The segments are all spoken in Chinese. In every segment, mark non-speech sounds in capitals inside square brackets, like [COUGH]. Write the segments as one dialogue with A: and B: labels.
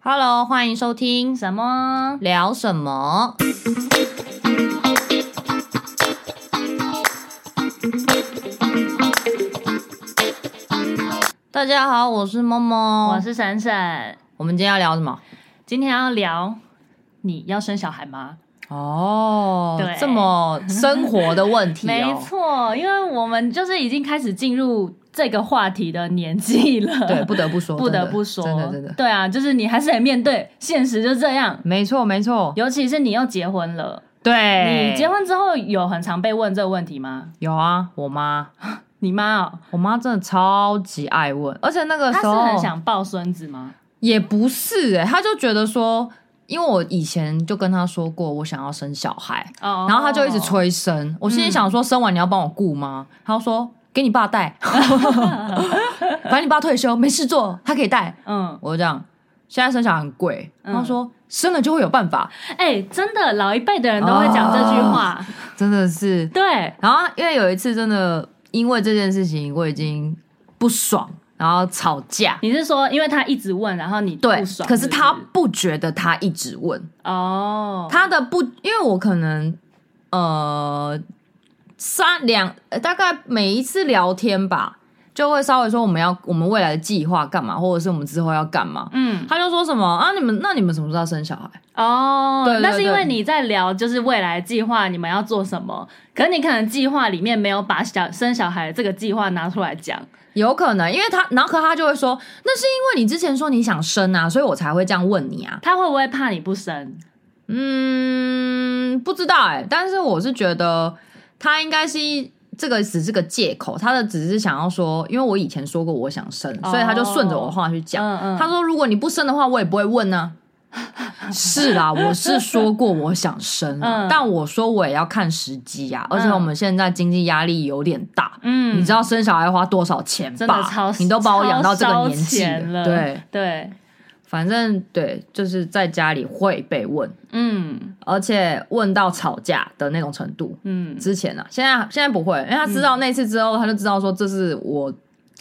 A: Hello，欢迎收听
B: 什么？
A: 聊什么。大家好，我是猫猫。
B: 我是闪闪，
A: 我们今天要聊什么？
B: 今天要聊你要生小孩吗？
A: 哦
B: 对
A: 这么生活的问 [LAUGHS] 题、哦，
B: 没，错，因为我们就是已经开始进入这个话题的年纪了，
A: 对，不得 [LAUGHS] 不说，
B: [LAUGHS] 不
A: 真
B: 得
A: 的
B: 不说，
A: 真的真的，
B: 对啊，就是你还是得面对现实，就这样。
A: 没错没错，
B: 尤其是你又结婚了，
A: 对，
B: 你结婚之后有很常被问这个问题吗？
A: 有啊，我妈，
B: 你妈哦，
A: 我妈真的超级爱问，而且那个
B: 她
A: 时
B: 是
A: 候
B: 很想抱孙子吗？
A: 也不是哎、欸，她就觉得说，因为我以前就跟她说过我想要生小孩，
B: 哦，
A: 然后她就一直，催生，我
B: 嗯
A: 心里想说生完你要帮我顾吗？她就说给你爸带，反正你爸退休没事做，他可以带，
B: 嗯，
A: 我就这样。现在生小孩很贵，
B: 嗯
A: 她说生了就会有办法，
B: 哎、真的，老一辈的人都会讲这句话，
A: 真的是。
B: 对，
A: 然后因为有一次真的因为这件事情我已经不爽，然后吵架。
B: 你是说，因为他一直问，然后你
A: 对
B: 不，爽？
A: 可是他
B: 不
A: 不觉得他一直问，
B: 哦，
A: 他的不，因为我可能呃三两呃大概每一次聊天吧，就会稍微说我们要我们未来的计划干嘛，或者是我们之后要干嘛。
B: 嗯
A: 他就说什么啊？你们那你们什么时候要生小孩？
B: 哦，
A: 对对
B: 那是因
A: 对
B: 为你在聊就是未来计划，你们要做什么？可是你可能计划里面没有把小生小孩这个计划拿出来讲
A: 有可能，因为他，然后可他就会说，那是因为你之前说你想生啊，所以我才会这样问你啊。
B: 他会不会怕你不生？
A: 嗯，不知道哎、但是我是觉得他应该是一这个只是个借口，他的只是想要说，因为我以前说过我想生，所以他就顺着我话去讲。
B: 嗯嗯，
A: 他说：“如果你不生的话，我也不会问
B: [LAUGHS]
A: 呢、是啦，我是说过我想生啊、
B: 嗯
A: 但我说我也要看时机呀、而且
B: 嗯
A: 我们现在经济压力有点大，
B: 嗯，
A: 你知道生小孩要花多少钱吧？
B: 真的超
A: 你都把我养到这个
B: 超烧
A: 年纪
B: 钱了
A: 对，
B: 对，
A: 反正对，就是在家里会被问，
B: 嗯
A: 而且问到吵架的那种程度。
B: 嗯，
A: 之前啊，现在现在不会，因为他知道那次之后，他就知道说这是我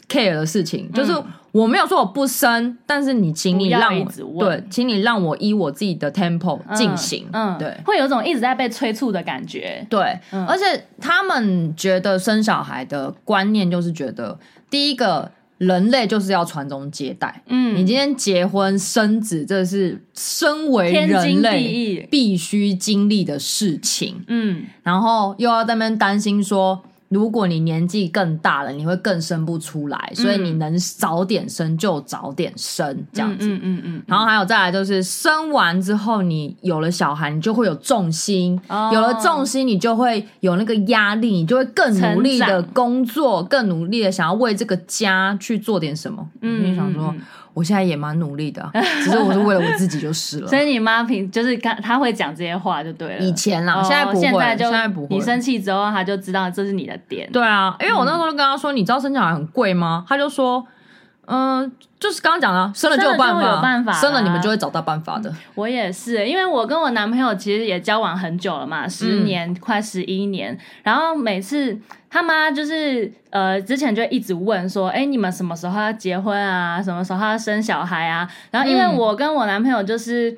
A: care 的事情，就是我没有说我不生，但是你请你
B: 嗯不要
A: 让
B: 一
A: 我
B: 直问
A: 对，请你让我依我自己的 tempo
B: 嗯
A: 进行，
B: 嗯，
A: 对。
B: 会有一种一直在被催促的感觉，
A: 对，
B: 嗯
A: 而且他们觉得生小孩的观念就是觉得，第一个人类就是要传宗接代，
B: 嗯，
A: 你今天结婚生子，这是身为
B: 天
A: 人
B: 经地
A: 类
B: 义，
A: 必须经历的事情。
B: 嗯
A: 然后又要在那边担心说，如果你年纪更大了，你会更生不出来，所以你能早点生就早点生这样子。
B: 嗯嗯嗯，
A: 然后还有再来就是生完之后，你有了小孩，你就会有重心，
B: 哦
A: 有了重心，你就会有那个压力，你就会更努力的
B: 成长
A: 工作，更努力的想要为这个家去做点什么。嗯，你就想说
B: 嗯嗯嗯，
A: 我现在也蛮努力的
B: [LAUGHS]
A: 啊，只是我是为了我自己就是了
B: 所。以你妈平就是她她会讲这些话就对了，
A: 以前啦，
B: 哦
A: 现在不会，
B: 现在就
A: 现在不会。
B: 你生气之后，他就知道这是你的点。
A: 对啊，因为我那时候就跟他说，你知道生小孩很贵吗？他就说，嗯、就是刚刚讲的，生了就有办
B: 生了就
A: 法，
B: 有办法啦
A: 生了你们就会找到办法的。
B: 我也是，因为我跟我男朋友其实也交往很久了
A: 嗯
B: 嘛，十年、快十一年。然后每次他妈就是呃，之前就一直问说，哎、你们什么时候要结婚啊？什么时候要生小孩啊？然后因为
A: 嗯
B: 我跟我男朋友就是。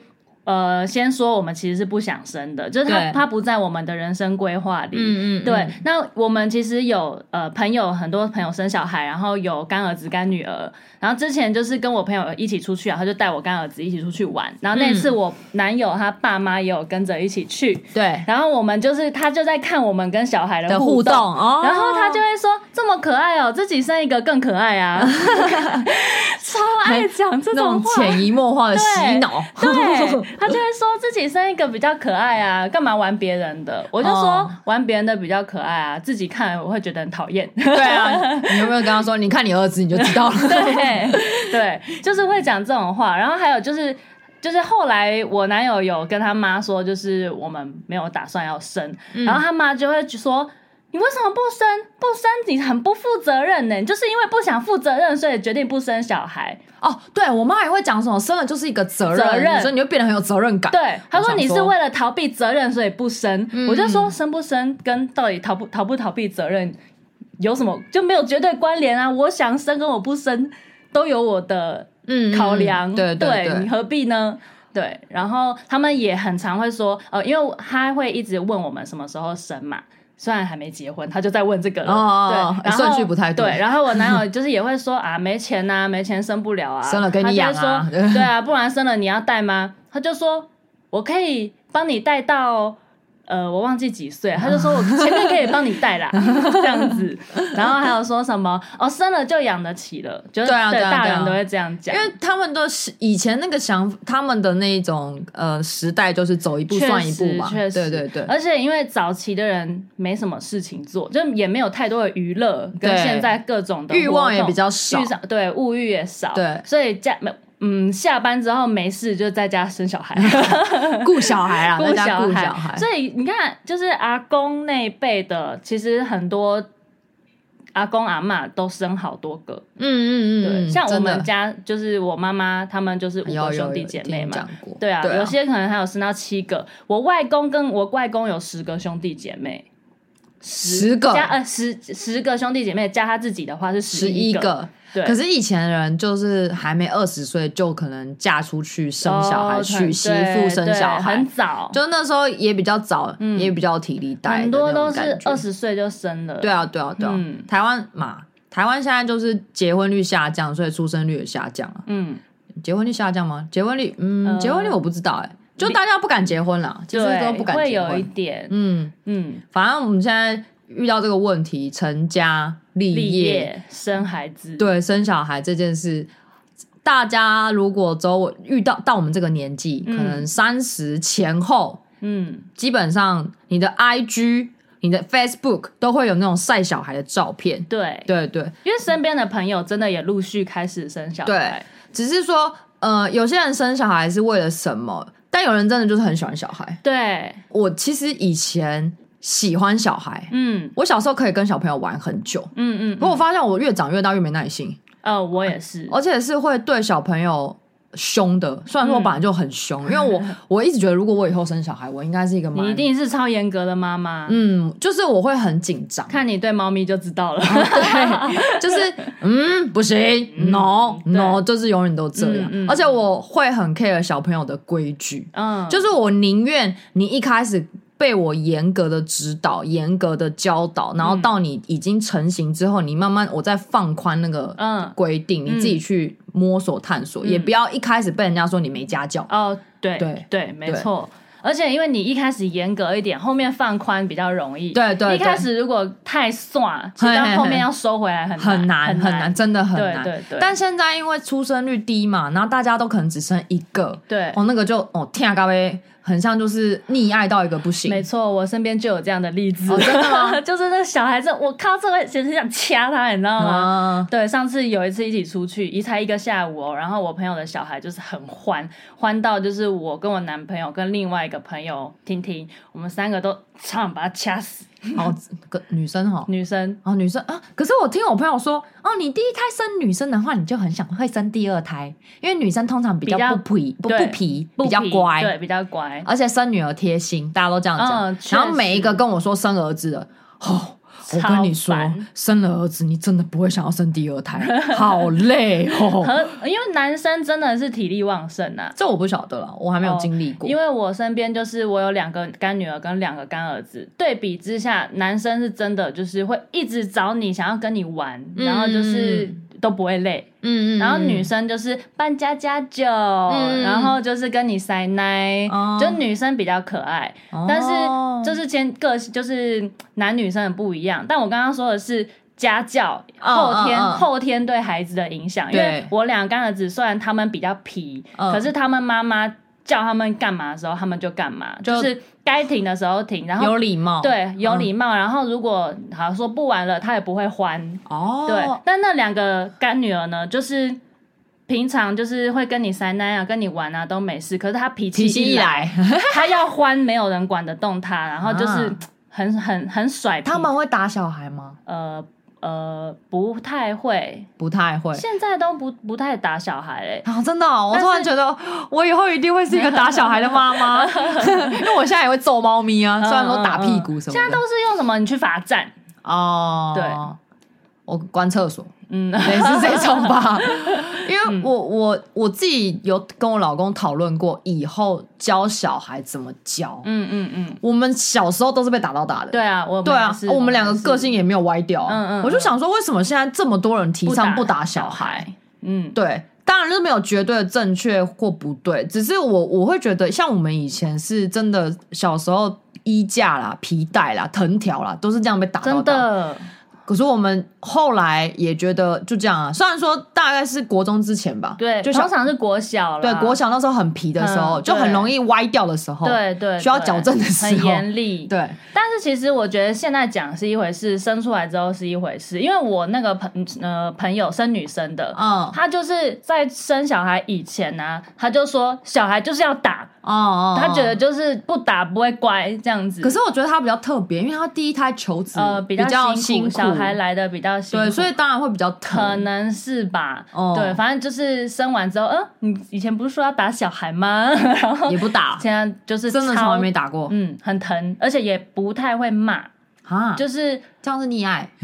B: 呃，先说我们其实是不想生的，就是他
A: 对
B: 他不在我们的人生规划里。
A: 嗯
B: 对，，那我们其实有呃朋友，很多朋友生小孩，然后有干儿子、干女儿。然后之前就是跟我朋友一起出去啊，他就带我干儿子一起出去玩。然后那次我男友他爸妈也有跟着一起去，
A: 对
B: 然后我们就是他就在看我们跟小孩
A: 的
B: 的
A: 互
B: 互
A: 动
B: 动。
A: 哦，
B: 然后他就会说：“这么可爱哦，自己生一个更可
A: [LAUGHS]
B: 爱啊！”超爱讲这
A: 那
B: 种
A: 种
B: 话，
A: 潜移默化的洗脑， [LAUGHS]
B: 对，他就会说自己生一个比较可爱啊，干嘛玩别人的？我就说
A: 哦
B: 玩别人的比较可爱啊，自己看我会觉得很讨厌。
A: 对啊，你有没有跟他说？你看你儿子你就知道了。
B: [LAUGHS] 对对，就是会讲这种话。然后还有就是，就是后来我男友有跟他妈说，就是我们没有打算要生，
A: 嗯
B: 然后他妈就会说。你为什么不生？不生你很不负责任呢、你就是因为不想负责任，所以决定不生小孩。
A: [LAUGHS] 哦，对我妈也会讲什么，生了就是一个责任，
B: 责任
A: 所以你就变得很有责任感。
B: 对，他说
A: 想
B: 你是
A: 说
B: 为了逃避责任所以不生，
A: 嗯
B: 我就说生不生跟到底逃不逃不逃避责任有什么就没有绝对关联啊？我想生跟我不生都有我的
A: 嗯
B: 考量，
A: 嗯对
B: 对
A: 对
B: 你何必呢？对，然后他们也很常会说，呃，因为他会一直问我们什么时候生嘛，虽然还没结婚，他就在问这个了，
A: 哦
B: 对，然后
A: 顺序不太对
B: 对，然后我男友就是也会说啊，没钱呐、没钱生不了啊，
A: [LAUGHS] 生了给你养啊 [LAUGHS]
B: 他就会说对啊，不然生了你要带吗？他就说我可以帮你带到。呃，我忘记几岁，他就说我前面可以帮你带
A: [LAUGHS]
B: 啦，这样子。然后还有说什么哦，生了就养得起了，就是
A: 对啊对啊
B: 大
A: 对啊
B: 人都会这样讲，
A: 因为他们都是以前那个想，他们的那一种呃时代，就是走一步
B: 确
A: 算一
B: 实，
A: 步嘛。
B: 确
A: 对
B: 实，
A: 对对，
B: 而且因为早期的人没什么事情做，就也没有太多的娱乐，跟
A: 对
B: 现在各种的
A: 欲望也
B: 活动
A: 比较少
B: 欲上对，物欲也少，
A: 对
B: 所以家没嗯下班之后没事就在家生
A: [LAUGHS]
B: 小孩，
A: [LAUGHS] 顾小孩 [LAUGHS] 啊，
B: 顾
A: 大家
B: 小
A: 顾
B: 孩，
A: 小孩。
B: 所以你看，就是阿公那一辈的，其实很多。阿公阿嬷都生好多个，
A: 嗯嗯嗯，
B: 对，
A: 嗯
B: 像我
A: 真的
B: 们家就是我妈妈，他们就是五
A: 有有
B: 个兄弟
A: 有
B: 姐
A: 听
B: 妹
A: 你
B: 嘛，
A: 讲过
B: 对啊，
A: 对
B: 有些可能还有生到七个。我外公跟我外公有十个兄弟姐妹，
A: 十个
B: 加呃十十个兄弟姐妹加他自己的话是
A: 十
B: 一
A: 一个。
B: 对
A: 可是以前人就是还没二十岁就可能嫁出去生小孩，
B: 哦
A: 娶媳妇
B: 对
A: 生小
B: 对很
A: 孩，
B: 早，
A: 就那时候也比较早，
B: 嗯
A: 也比较体力带，
B: 很多都是二。十岁就生了。
A: 对啊，对啊，对啊。
B: 嗯
A: 台湾嘛，台湾现在就是结婚率下降，所以出生率也下降啊。
B: 嗯，
A: 结婚率下降吗？结婚率，嗯，
B: 呃
A: 结婚率我不知道哎、就大家不敢结婚啦，其实
B: 对，
A: 都不敢
B: 会
A: 结
B: 有一
A: 婚。
B: 点，
A: 嗯，
B: 嗯，
A: 反正我们现在遇到这个问题，成家立
B: 立业生孩子，
A: 对生小孩这件事，大家如果周围遇到到我们这个年纪，
B: 嗯
A: 可能三十前后，
B: 嗯，
A: 基本上你的 IG、你的 Facebook 都会有那种晒小孩的照片。
B: 对，
A: 对对，
B: 因为身边的朋友真的也陆续开始生小孩
A: 对，只是说，呃，有些人生小孩是为了什么？但有人真的就是很喜欢小孩。
B: 对，
A: 我其实以前喜欢小孩，
B: 嗯
A: 我小时候可以跟小朋友玩很久，
B: 嗯嗯
A: 可
B: 嗯，
A: 我发现我越长越大越没耐心。
B: 呃，我也是，
A: 而且是会对小朋友凶的。虽然说我本来就很凶，因为
B: [LAUGHS]
A: 我我一直觉得，如果我以后生小孩，我应该是一个蛮
B: 嗯你一定是超严格的妈妈，
A: 嗯，就是我会很紧
B: [LAUGHS]
A: 张，
B: 看你对猫咪就知道了。
A: 就是嗯不行、
B: 嗯
A: n o
B: 对
A: no，就是永远都这样。
B: 嗯嗯
A: 而且我会很 care 小朋友的规矩，
B: [LAUGHS] 嗯，
A: 哦就是我宁愿你一开始。被我严格的指导、严格的教导，然后
B: 嗯
A: 到你已经成型之后，你慢慢我再放宽那个
B: 嗯
A: 规定，你自己去摸索探索，也不要一开始被人家说你没家教。
B: 哦，对
A: 对
B: 对，没
A: 对
B: 错。而且因为你一开始严格一点，后面放宽比较容易。
A: 对对
B: 一开
A: 对
B: 始如果太算，其实
A: 嘿嘿
B: 到
A: 嘿
B: 后面要收回来很
A: 很
B: 难
A: 难很难，
B: 难。
A: 真的很
B: 对
A: 难。
B: 对对
A: 但现在因为出生率低嘛，然后大家都可能只生一个，
B: 对
A: 哦，那个就哦天啊，高威很像就是溺爱到一个不行
B: 没。错，我身边就有这样的例子，
A: 哦真的吗
B: [LAUGHS] 就是那小孩子，我靠，这个简直想掐他，你知道吗？
A: 啊，
B: 对，上次有一次一起出去，一才一个下午哦，然后我朋友的小孩就是很欢，欢到就是我跟我男朋友跟另外一个朋友婷婷，我们三个都差点把他掐死。
A: 哦，个女生哈。
B: 女生
A: 啊，女生啊！可是我听我朋友说，哦，你第一胎生女生的话，你就很想会生第二胎，因为女生通常比
B: 比较
A: 较不皮不
B: 对
A: 不皮，
B: 不
A: 比较
B: 皮对，
A: 乖，哦
B: 比较乖。
A: 而且生女儿贴心，大家都这样讲。
B: 嗯确
A: 然后每一个
B: 实
A: 跟我说生儿子的，哦，我跟你说
B: 超烦，
A: 生了儿子，你真的不会想要生第二
B: [LAUGHS]
A: 胎，好累哦。
B: 和因为男生真的是体力旺盛啊，
A: 这我不晓得了，我还没有经历过。
B: 哦因为我身边就是我有两个干女儿跟两个干儿子，对比之下，男生是真的就是会一直找你，想要跟你玩，
A: 嗯
B: 然后就是都不会累。
A: 嗯
B: 然后女生就是扮家家酒，
A: 嗯
B: 然后就是跟你塞奶，
A: 哦
B: 就女生比较可爱，
A: 哦
B: 但是就是先个性就是男女生很不一样。但我刚刚说的是。家教
A: 嗯
B: 后天、
A: 嗯嗯
B: 后天对孩子的影响，因
A: 对
B: 为我两干儿子虽然他们比较皮，
A: 嗯
B: 可是他们妈妈叫他们干嘛的时候，他们就干嘛，就
A: 就是
B: 该停的时候停，然后
A: 有礼貌，嗯
B: 对有礼貌，然后如果好像说不玩了，他也不会欢，
A: 哦，
B: 对，但那两个干女儿呢，就是平常就是会跟你塞奶啊、跟你玩啊都没事，可是她脾气
A: 脾气
B: 一
A: 一
B: 来，
A: 来， [LAUGHS]
B: 她要欢，没有人管得动她，然后就是
A: 啊
B: 很、很很甩皮
A: 他们会打小孩吗？
B: 呃呃不太会，
A: 不太会。
B: 现在都不不太打小孩欸嘞、
A: 啊，真的哦、我
B: 但是
A: 突然觉得我以后一定会是一个打小孩的妈妈，
B: [LAUGHS]
A: 因为我现在也会揍猫咪
B: 嗯
A: 啊，虽然说打屁股什么的。
B: 现在都是用什么？你去罚站，
A: 哦，
B: 对，
A: 我关厕所，
B: 嗯， [LAUGHS]
A: 类似这种吧。因为我我我自己有跟我老公讨论过，以后教小孩怎么教。
B: 嗯嗯嗯，
A: 我们小时候都是被打到打的，
B: 对啊，我
A: 对啊
B: 也是，
A: 我们两个
B: 也是
A: 个性也没有歪掉啊。
B: 嗯嗯嗯
A: 我就想说，为什么现在这么多人提倡不打小
B: 小
A: 孩？，
B: 嗯，
A: 对，当然是没有绝对的正确或不对，只是我我会觉得，像我们以前是真的小时候衣架啦、皮带啦、藤条啦，都是这样被打到
B: 真
A: 打。
B: 的，
A: 可是我们后来也觉得就这样啊，虽然说大概是国中之前吧，
B: 对，
A: 就
B: 通
A: 小
B: 常是国小啦，
A: 对国小那时候很皮的时候，
B: 嗯
A: 就很
B: 对
A: 容易歪掉的时候，
B: 对对
A: 需要
B: 对
A: 矫正的时
B: 很
A: 候，
B: 严厉，
A: 对，
B: 但是其实我觉得现在讲是一回事，生出来之后是一回事。因为我那个朋呃朋友生女生的，
A: 嗯，
B: 她就是在生小孩以前呢、她就说小孩就是要打，
A: 哦哦，
B: 她觉得
A: 哦。
B: 就是不打不会乖这样子。
A: 可是我觉得他比较特别，因为他第一胎求子
B: 呃
A: 比
B: 较
A: 辛苦，
B: 小孩来的比较辛苦，
A: 对，所以当然会比较
B: 可
A: 疼。
B: 能是吧。
A: 哦
B: 对，反正就是生完之后，嗯，你以前不是说要打小孩
A: [LAUGHS]
B: 吗？然后
A: 也不打，
B: 现在就是
A: 真的
B: 超
A: 从来没打过
B: 嗯，很疼，而且也不太会骂，
A: 啊，就
B: 就是
A: 这样是溺爱，
B: [LAUGHS]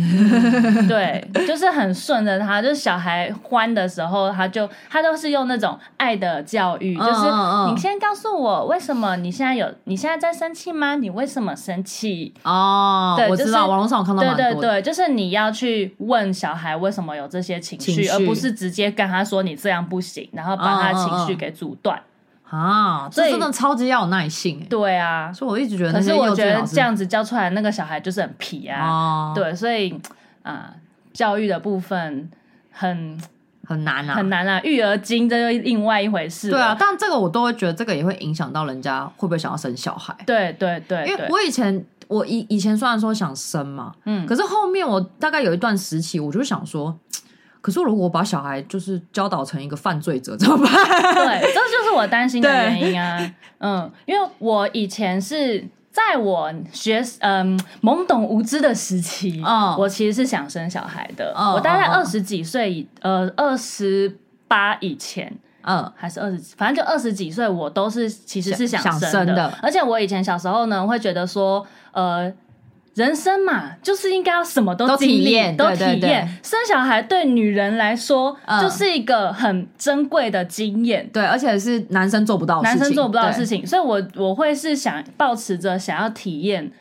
B: 对，就是很顺着他，就是小孩欢的时候，他就他都是用那种爱的教育，
A: 嗯
B: 就是
A: 嗯嗯
B: 你先告诉我为什么你现在有你现在在生气吗？你为什么生气？
A: 哦
B: 对，
A: 我
B: 就
A: 知道，
B: 是
A: 网络上我看到
B: 对
A: 蛮
B: 对
A: 多的，
B: 对，就是你要去问小孩为什么有这些情绪，
A: 情绪嗯
B: 而不是直接跟他说你这样不行，然后把他的情绪给阻断。
A: 啊，
B: 所
A: 这
B: 以
A: 真的超级要有耐性欸，
B: 对啊，
A: 所以我一直觉得那
B: 可
A: 些
B: 是我
A: 幼
B: 觉
A: 稚园
B: 得
A: 老师
B: 这样子教出来那个小孩就是很皮啊，
A: 哦，，
B: 对，所以啊、教育的部分很。
A: 很难啊，
B: 很。难啊，育儿经这又另外一回事。
A: 对啊，，但这个我都会觉得这个也会影响到人家会不会想要生小孩，
B: 对对对，
A: 因为
B: 对
A: 我以前我以以前虽然说想生嘛，
B: 嗯
A: 可是后面我大概有一段时期，我就想说。可是如果我把小孩就是教导成一个犯罪者怎么办？ [LAUGHS]
B: 对，这就是我担心的
A: 对
B: 原因啊。嗯，因为我以前是在我学嗯懵懂无知的时期，
A: 嗯
B: 我其实是想生小孩的。
A: 嗯
B: 我大概
A: 嗯嗯
B: 二十几岁以呃二十八以前，
A: 嗯，
B: 还是二十几，反正就二十几岁，我都是其实是
A: 想
B: 生的。
A: 想生的
B: 而且我以前小时候呢，会觉得说，呃，人生嘛，就是应该要什么
A: 都
B: 经
A: 体
B: 历，
A: 验
B: 都
A: 对
B: 体
A: 对
B: 验。
A: 对
B: 生小孩对女人来说，
A: 嗯
B: 就是一个很珍贵的经验。
A: 对，而且是男生做不到的事
B: 男
A: 情，
B: 生做不到的事
A: 对
B: 情，所以我我会是想保持着想要体验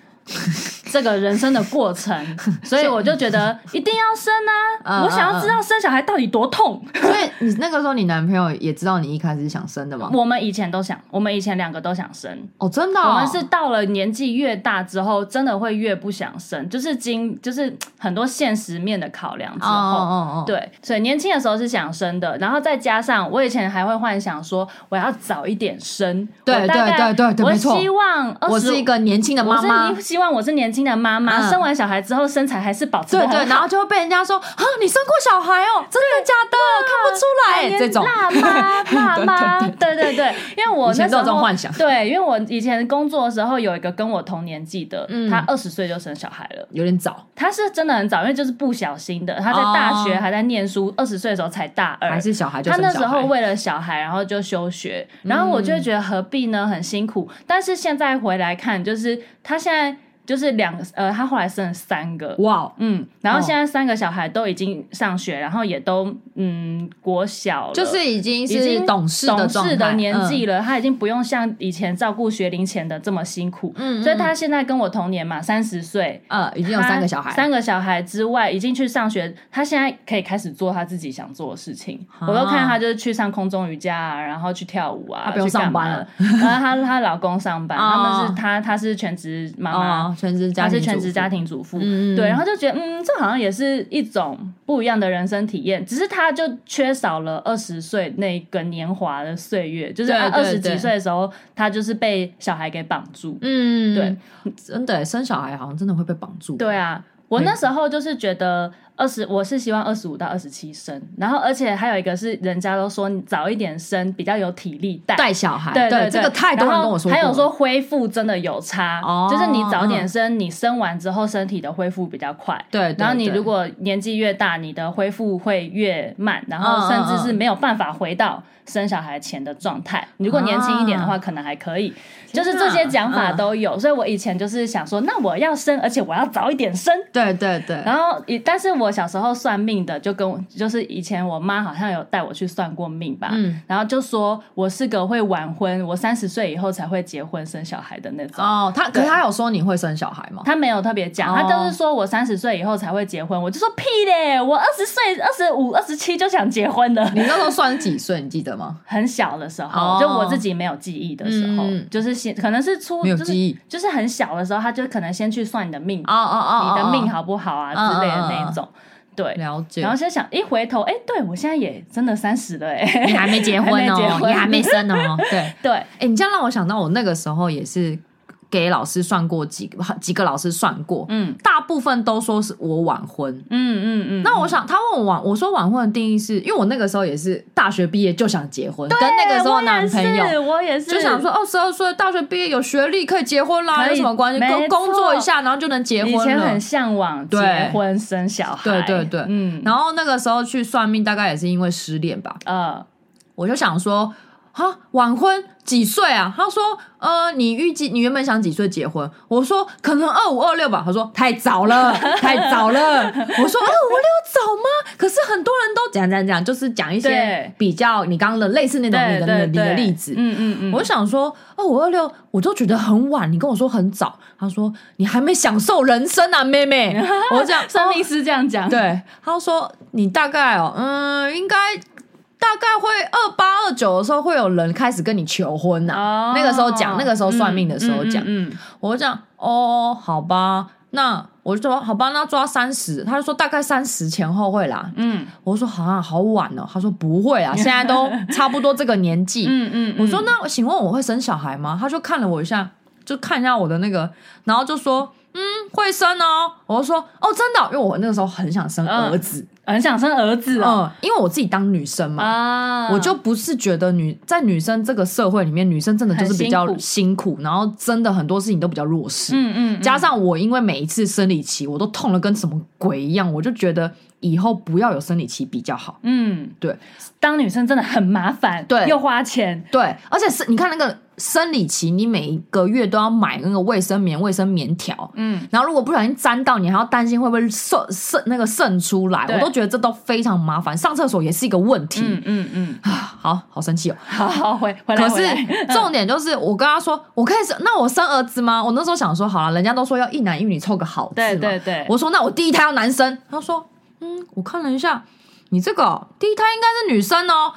B: 这个人生的过程，
A: [LAUGHS]
B: 所以我就觉得一定要生啊！
A: 嗯
B: 我想
A: 嗯嗯
B: 要知道生小孩到底多痛。
A: 所以你那个时候，你男朋友也知道你一开始是想生的吗？
B: 我们以前都想，我们以前两个都想生，
A: 哦，真的、哦，
B: 我们是到了年纪越大之后，真的会越不想生，就是经就是很多现实面的考量之
A: 哦
B: 后。
A: 哦哦，
B: 对，所以年轻的时候是想生的，然后再加上我以前还会幻想说我要早一点生，
A: 对
B: 我大概
A: 对对对对
B: 我
A: 没错
B: 希望
A: 我是一
B: 个
A: 个年轻的妈妈
B: 我是，希望我是年轻的妈妈，
A: 嗯
B: 生完小孩之后身材还是保持
A: 对
B: 得
A: 对，
B: 很
A: 然
B: 好
A: 后就会被人家说啊，你生过小孩哦，真的假的？看不出来哎这种，
B: 哎辣
A: [LAUGHS]
B: 妈，辣妈，对对对，因为我
A: 以
B: 那
A: 前
B: 时
A: 都有这种
B: 候
A: 幻想
B: 对，因为我以前工作的时候有一个跟我同年纪的，
A: 嗯
B: 他二十岁就生小孩了，
A: 有点早，
B: 他是真的很早，因为就是不小心的，他在大学
A: 哦
B: 还在念书，二十岁的时候才大二，
A: 还是小孩就
B: 他
A: 生
B: 那
A: 小
B: 时
A: 孩
B: 候为了小孩，然后就休学，然后我就会觉得何必呢？很辛苦。但是现在回来看，就是他现在就是两呃，他后来生了三个，
A: 哇，
B: 嗯，然后
A: 哦
B: 现在三个小孩都已经上学，然后也都嗯国小了，
A: 就是已经
B: 已
A: 是
B: 经
A: 懂事
B: 懂
A: 状态
B: 事的年纪
A: 嗯
B: 了，他已经不用像以前照顾学龄前的这么辛苦，
A: 嗯嗯
B: 所以他现在跟我同年嘛，三十岁。
A: 呃，已经有三个小孩，
B: 他三个小孩之外，已经去上学，他现在可以开始做他自己想做的事情。
A: 啊
B: 我都看他就是去上空中瑜伽啊，然后去跳舞啊，
A: 他不用
B: 去干
A: 上班
B: 嘛
A: 了
B: [LAUGHS] 然后她她老公上班，
A: 哦
B: 他们是她她是全职妈妈，
A: 哦，全职家
B: 她
A: 庭，
B: 是全职家，庭主妇。
A: 嗯嗯，
B: 对，然
A: 后
B: 后就觉得，嗯，这好像也是一种不一样的人生体验，只是他就缺少了二十岁那个年华的岁月，就是
A: 对
B: 他二
A: 对
B: 十几
A: 对
B: 岁的时候，他就是被小孩给绑住。
A: 嗯，
B: 对，
A: 真的生小孩好像真的会被绑住，
B: 对啊，我那时候就是觉得二十，我是希望二十五到二十七生，然后而且还有一个是人家都说你早一点生比较有体力带。
A: 带小孩，
B: 对对，
A: 这个太多人跟我说过
B: 然
A: 了，
B: 后还有说恢复真的有差，
A: 哦
B: 就是你早点生，你生完之后身体的恢复比较快。
A: 对，对，
B: 然后你
A: 对
B: 如果年纪越大，你的恢复会越慢，然
A: 嗯
B: 后甚至是没有办法回到生小孩前的状态。
A: 嗯
B: 如果年轻一点的
A: 啊
B: 话，可能还可以。就是这些
A: 嗯
B: 讲法都
A: 嗯
B: 有，所以我以前就是想说，那我要生，而且我要早一点生。
A: 对对对，
B: 然后也，但是我小时候算命的就跟我，就是以前我妈好像有带我去算过命吧，
A: 嗯
B: 然后就说我是个会晚婚，我三十岁以后才会结婚生小孩的那种。
A: 哦，他可是
B: 对
A: 他有说你会生小孩吗？
B: 他没有特别讲，他
A: 哦
B: 就是说我三十岁以后才会结婚，我就说屁嘞，我二十岁、二十五、二十七就想结婚了。
A: 你那时候算几岁？你记得吗？
B: [LAUGHS] 很小的时候，
A: 哦
B: 就我自己没有记忆的时候，
A: 嗯
B: 就是先可能是初
A: 没有
B: 哦就是
A: 记忆
B: 就是很小的时候，他就可能先去算你的命，
A: 哦哦哦，
B: 你的命
A: 好
B: 好不好啊
A: 嗯
B: 之类的
A: 嗯嗯
B: 那一种，对。
A: 了解
B: 然。后现在想一回头，哎、对我现在也真的三十
A: [LAUGHS]
B: 了、
A: 你
B: 哎，
A: 还没结婚
B: 还没
A: 哦，
B: 结婚
A: 你还没生哦，对。
B: [LAUGHS] 对，
A: 哎、你这样让我想到，我那个时候也是给老师算过几个，几个老师算过，
B: 嗯
A: 大部分都说是我晚婚。
B: 嗯嗯嗯，
A: 那我想，他问我晚，我说晚婚的定义是，因为我那个时候也是大学毕业就想结婚，跟那个时候男朋
B: 哎我也是
A: 友
B: 我也是
A: 就想说，二十二岁大学毕业有学历可以结婚啦，
B: 可以
A: 有什么关系？
B: 没
A: 工
B: 错
A: 工作一下，然后就能结婚
B: 以
A: 了。
B: 前很向往结
A: 对
B: 婚生小孩，
A: 对对对
B: 嗯，
A: 然后那个时候去算命，大概也是因为失恋吧，
B: 呃，
A: 我就想说，啊，晚婚几岁啊？他说，呃，你预计你原本想几岁结婚？我说可能二五二六吧。他说太早了，太早了。我说二五六早吗？可是很多人都讲讲讲，就是讲一
B: 对
A: 些比较你刚刚的类似那种
B: 对
A: 你的你的
B: 对
A: 你的
B: 对，
A: 例子。
B: 嗯嗯嗯，
A: 我就想说，二五二六，我都觉得很晚。你跟我说很早，他说你还没享受人生啊，妹
B: [LAUGHS]
A: 妹。我讲
B: 生命是这啊样讲，
A: 对，他说你大概哦，嗯，应该大概会二八二九的时候会有人开始跟你求婚呐、
B: 哦，
A: 啊那个时候讲，那个时候算命的时候
B: 嗯嗯
A: 讲，
B: 嗯嗯
A: 我就讲哦，好吧，那我就说好吧，那抓三十，他就说大概三十前后会啦。
B: 嗯
A: 我说好啊，好晚哦。他说不会啊，现在
B: [LAUGHS]
A: 都差不多这个年纪。
B: 嗯嗯，
A: 我说那请问我会生小孩吗？他就看了我一下，就看一下我的那个，然后就说嗯会生哦。我就说哦真的哦、因为我那个时候很想生
B: 嗯
A: 儿子，
B: 很想生儿子哦
A: 嗯，因为我自己当女生嘛，
B: 啊，
A: 嗯我就不是觉得女在女生这个社会里面，女生真的就是比较
B: 很
A: 辛苦，然后真的很多事情都比较弱势。
B: 嗯嗯嗯
A: 加上我因为每一次生理期我都痛的跟什么鬼一样，我就觉得以后不要有生理期比较好。
B: 嗯，
A: 对
B: 当女生真的很麻烦，
A: 对
B: 又花钱，
A: 对，而且是你看那个生理期，你每一个月都要买那个卫生棉、卫生棉条。
B: 嗯，
A: 然后如果不小心沾到，你还要担心会不会渗渗那个渗出来，
B: 对
A: 我都觉得这都非常麻烦。上厕所也是一个问题、
B: 嗯嗯嗯， [LAUGHS]
A: 啊，好好生气哦。
B: 好好回回来，
A: 可
B: 回
A: 是
B: 来嗯 [LAUGHS]
A: 重点就是，我跟他说，我可以生，那我生儿子吗？我那时候想说，好了，人家都说要一男一女凑个好字
B: 对
A: 嘛
B: 对对，
A: 我说那我第一胎要男生，他说，嗯，我看了一下，你这个哦第一胎应该是女生哦。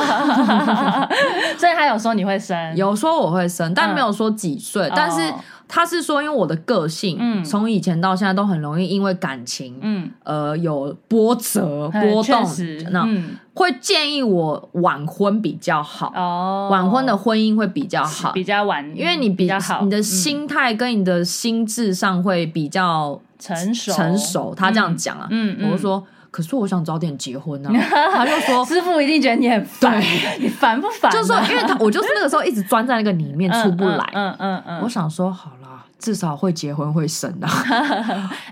B: [LAUGHS] 所以他有说你会生，
A: 啊有说我会生，但
B: 嗯
A: 没有说几岁，但是
B: 哦
A: 他是说，因为我的个性，
B: 嗯
A: 从以前到现在都很容易因为感情，
B: 嗯，
A: 呃，有波折、
B: 嗯
A: 波
B: 确
A: 动
B: 实，
A: 那、
B: 嗯
A: 会建议我晚婚比较好，
B: 哦，
A: 晚婚的婚姻会比较好。
B: 比较晚，
A: 因为你比
B: 比较好，
A: 你的
B: 嗯
A: 心态跟你的心智上会比较
B: 成熟
A: 成熟。他这样讲啊，
B: 哦嗯嗯
A: 我就说，可是我想早点结婚
B: [LAUGHS]
A: 啊。他就说，
B: 师傅一定觉得你很烦， [LAUGHS] 你烦不烦啊？
A: 就是说，因为他我就是那个时候一直钻在那个里面
B: 嗯
A: 出不
B: 嗯
A: 来。
B: 嗯嗯嗯，
A: 我想说，好啦，至少会结婚会生啊。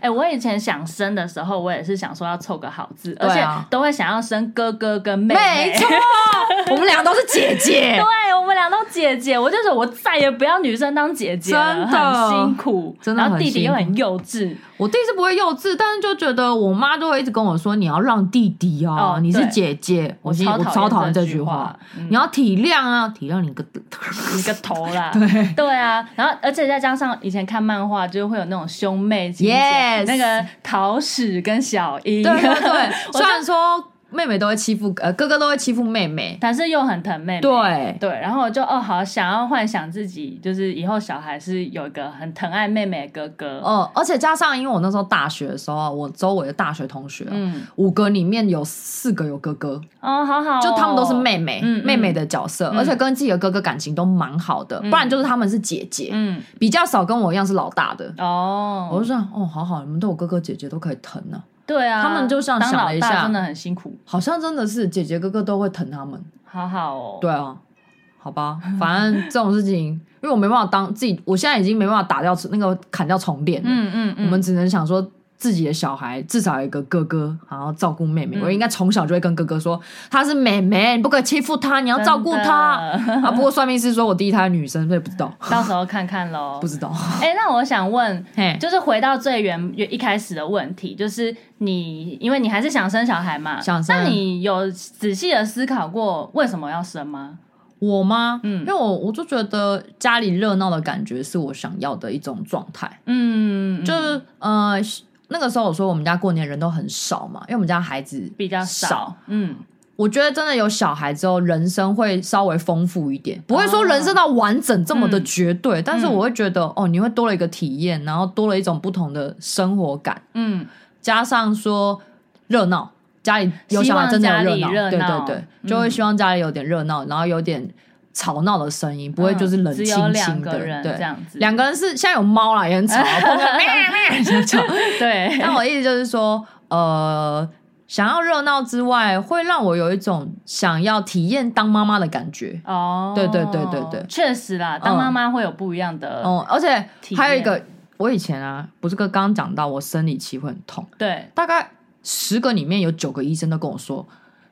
B: 哎、我以前想生的时候，我也是想说要凑个好字，而
A: 对
B: 且
A: 啊
B: 都会想要生哥哥跟妹妹。
A: 哎没错， [LAUGHS] 我们俩都是姐姐
B: [LAUGHS] 对，我们俩都姐姐，我就说我再也不要女生当姐姐了，
A: 真的
B: 很辛苦，
A: 真的
B: 然
A: 很
B: 后弟弟又
A: 辛苦
B: 很
A: [LAUGHS]
B: 幼稚，
A: [LAUGHS] 我弟是不会幼稚，但是就觉得我妈就会一直跟我说，你要让弟弟哦，
B: 哦
A: 你是
B: 对
A: 姐姐。我心里我超
B: 超
A: 讨厌
B: 这
A: 这句
B: 话
A: 话，，
B: 嗯
A: 你要体谅啊，体谅你个。 [LAUGHS]
B: 你个头啦，对啊，然后而且再加上以前看漫画，就会有那种兄妹情节
A: Yes
B: 那个桃史跟小樱，，
A: 对 [LAUGHS] 对对
B: 我
A: 虽然说妹妹都会欺负，呃，哥哥都会欺负妹妹，
B: [LAUGHS] 但是又很疼妹妹，
A: 对，
B: 对，然后我就哦，好想要幻想自己，就是以后小孩是有一个很疼爱妹妹的哥哥。
A: 哦，而且加上，因为我那时候大学的时候，我周围的大学同学，
B: 嗯，
A: 五个里面有四个有哥哥，
B: 哦，好好哦、
A: 就他们都是妹妹，
B: 嗯嗯
A: 妹妹的角色，而且跟自己的哥哥感情都蛮好的，不然就是他们是姐姐，
B: 嗯，
A: 比较少跟我一样是老大的。我
B: 哦
A: 就，想，哦，好好，你们都有哥哥姐姐都可以疼啊，
B: 对啊，
A: 他们就像
B: 当
A: 想
B: 老
A: 了一
B: 大
A: 下
B: 真的很辛苦，
A: 好像真的是姐姐哥哥都会疼他们。
B: 好好哦，
A: 对啊，好吧，反正这种事情，因为我没办法当自己，我现在已经没办法打掉那个砍掉重练了，
B: 嗯，嗯嗯
A: 我们只能想说自己的小孩至少有一个哥哥，然后照顾妹妹。
B: 嗯
A: 我应该从小就会跟哥哥说，她是妹妹，你不可以欺负她，你要照顾她。[LAUGHS]
B: 真
A: 啊，不过算命师说我第一胎女生，所以不知道，
B: 到时候看看喽
A: [LAUGHS] 不。知道。
B: 哎、那我想问，
A: 嘿，
B: 就是回到最原原一开始的问题，就是你因为你还是想生小孩嘛，
A: 想生
B: 那你有仔细的思考过为什么要生吗？
A: 我吗？
B: 嗯
A: 因为我我就觉得家里热闹的感觉是我想要的一种状态，
B: 嗯，
A: 就是呃。那个时候我说我们家过年人都很少嘛，因为我们家孩子
B: 比较
A: 少，
B: 少，嗯，
A: 我觉得真的有小孩之后，人生会稍微丰富一点，不会说人生到完整这么的绝对，但是我会觉得、哦，你会多了一个体验，然后多了一种不同的生活感，
B: 嗯，
A: 加上说热闹，家里有小孩真的有热闹，
B: 希望家里
A: 对
B: 热闹
A: 对
B: 嗯
A: 对，就会希望家里有点热闹，然后有点吵闹的声音，不会就是冷
B: 嗯只
A: 清
B: 有两
A: 清
B: 个
A: 的，
B: 人这
A: 对。
B: 样子，
A: 两个人是现在有猫啦，也很吵，碰到咩咩这样
B: [LAUGHS]
A: 吵。
B: 对，
A: 但我意思就是说，呃，想要热闹之外，会让我有一种想要体验当妈妈的感觉。
B: 哦，
A: [LAUGHS] 对对对对嗯对
B: 确实啦，当妈妈会有不一样的，
A: 嗯，而
B: 呃
A: 且
B: 体验
A: 还有一个，我以前啊，不是跟刚刚讲到我生理期会很痛，
B: 对，
A: 大概十个里面有九个医生都跟我说，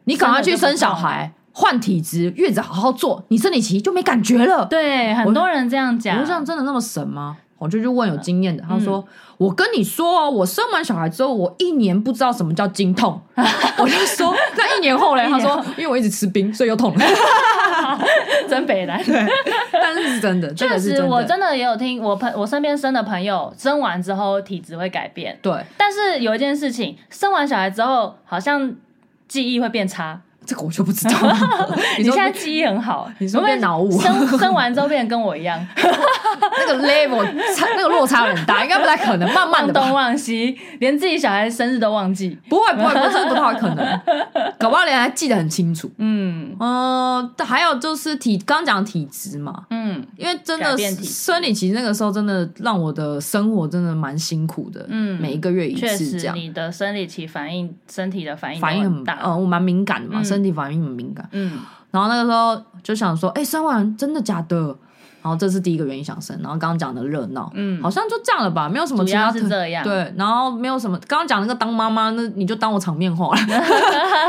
A: 你赶快去生小孩，换体质，月子好好做，你生理期就没感觉了。
B: 对，啊很多人这样讲，
A: 我就想，真的那么神吗？我就去问有经验的，他
B: 嗯
A: 说：“我跟你说哦，我生完小孩之后，我一年不知道什么叫经
B: [LAUGHS]
A: 痛。”我就说：“那一年后嘞？”
B: 一
A: 他
B: 年后
A: 说：“因为我一直吃冰，所以又痛了。
B: [LAUGHS] [LAUGHS] 真北南。”
A: 但是是真的， [LAUGHS] 这
B: 确
A: 个是
B: 实，
A: 真
B: 我
A: 的，
B: 真的也有听我朋我身边生的朋友，生完之后体质会改变。
A: 对
B: 但是有一件事情，生完小孩之后好像记忆会变差。
A: 这个我就不
B: [LAUGHS]
A: 知道。你
B: 你
A: 说
B: 现在记忆很好，
A: [LAUGHS] 你说
B: 会不会
A: 变脑雾
B: 生生完之后变得跟我
A: [LAUGHS]
B: 一样，
A: 那个 level 差，那个落差很大，应该不太可能。慢慢
B: 忘
A: 的
B: 东
A: 吧，
B: 忘西，连自己小孩生日都忘记。
A: 不会不会，不是不太可
B: [LAUGHS]
A: 能，搞不好连还记得很清楚。
B: 嗯
A: 嗯，还有就是体，刚讲体质嘛，
B: 嗯
A: 因为真
B: 改
A: 的
B: 变体质
A: 生理期那个时候，真的让我的生活真的蛮辛苦的。
B: 嗯
A: 每一个月一
B: 确
A: 次这
B: 实，
A: 样，
B: 你的生理期反应，身体的反应都
A: 反应很
B: 很大。
A: 嗯，我蛮敏感的嘛，
B: 嗯
A: 身体反应很敏感。
B: 嗯，
A: 然后那个时候就想说，哎、生完真的假的？然后这是第一个原因想生，然后刚刚讲的热闹，
B: 嗯
A: 好像就这样了吧，没有什么
B: 主
A: 其他
B: 要
A: 特
B: 是这样。
A: 对，然后没有什么，刚刚讲那个当妈妈，那你就当我场面话了。 [LAUGHS]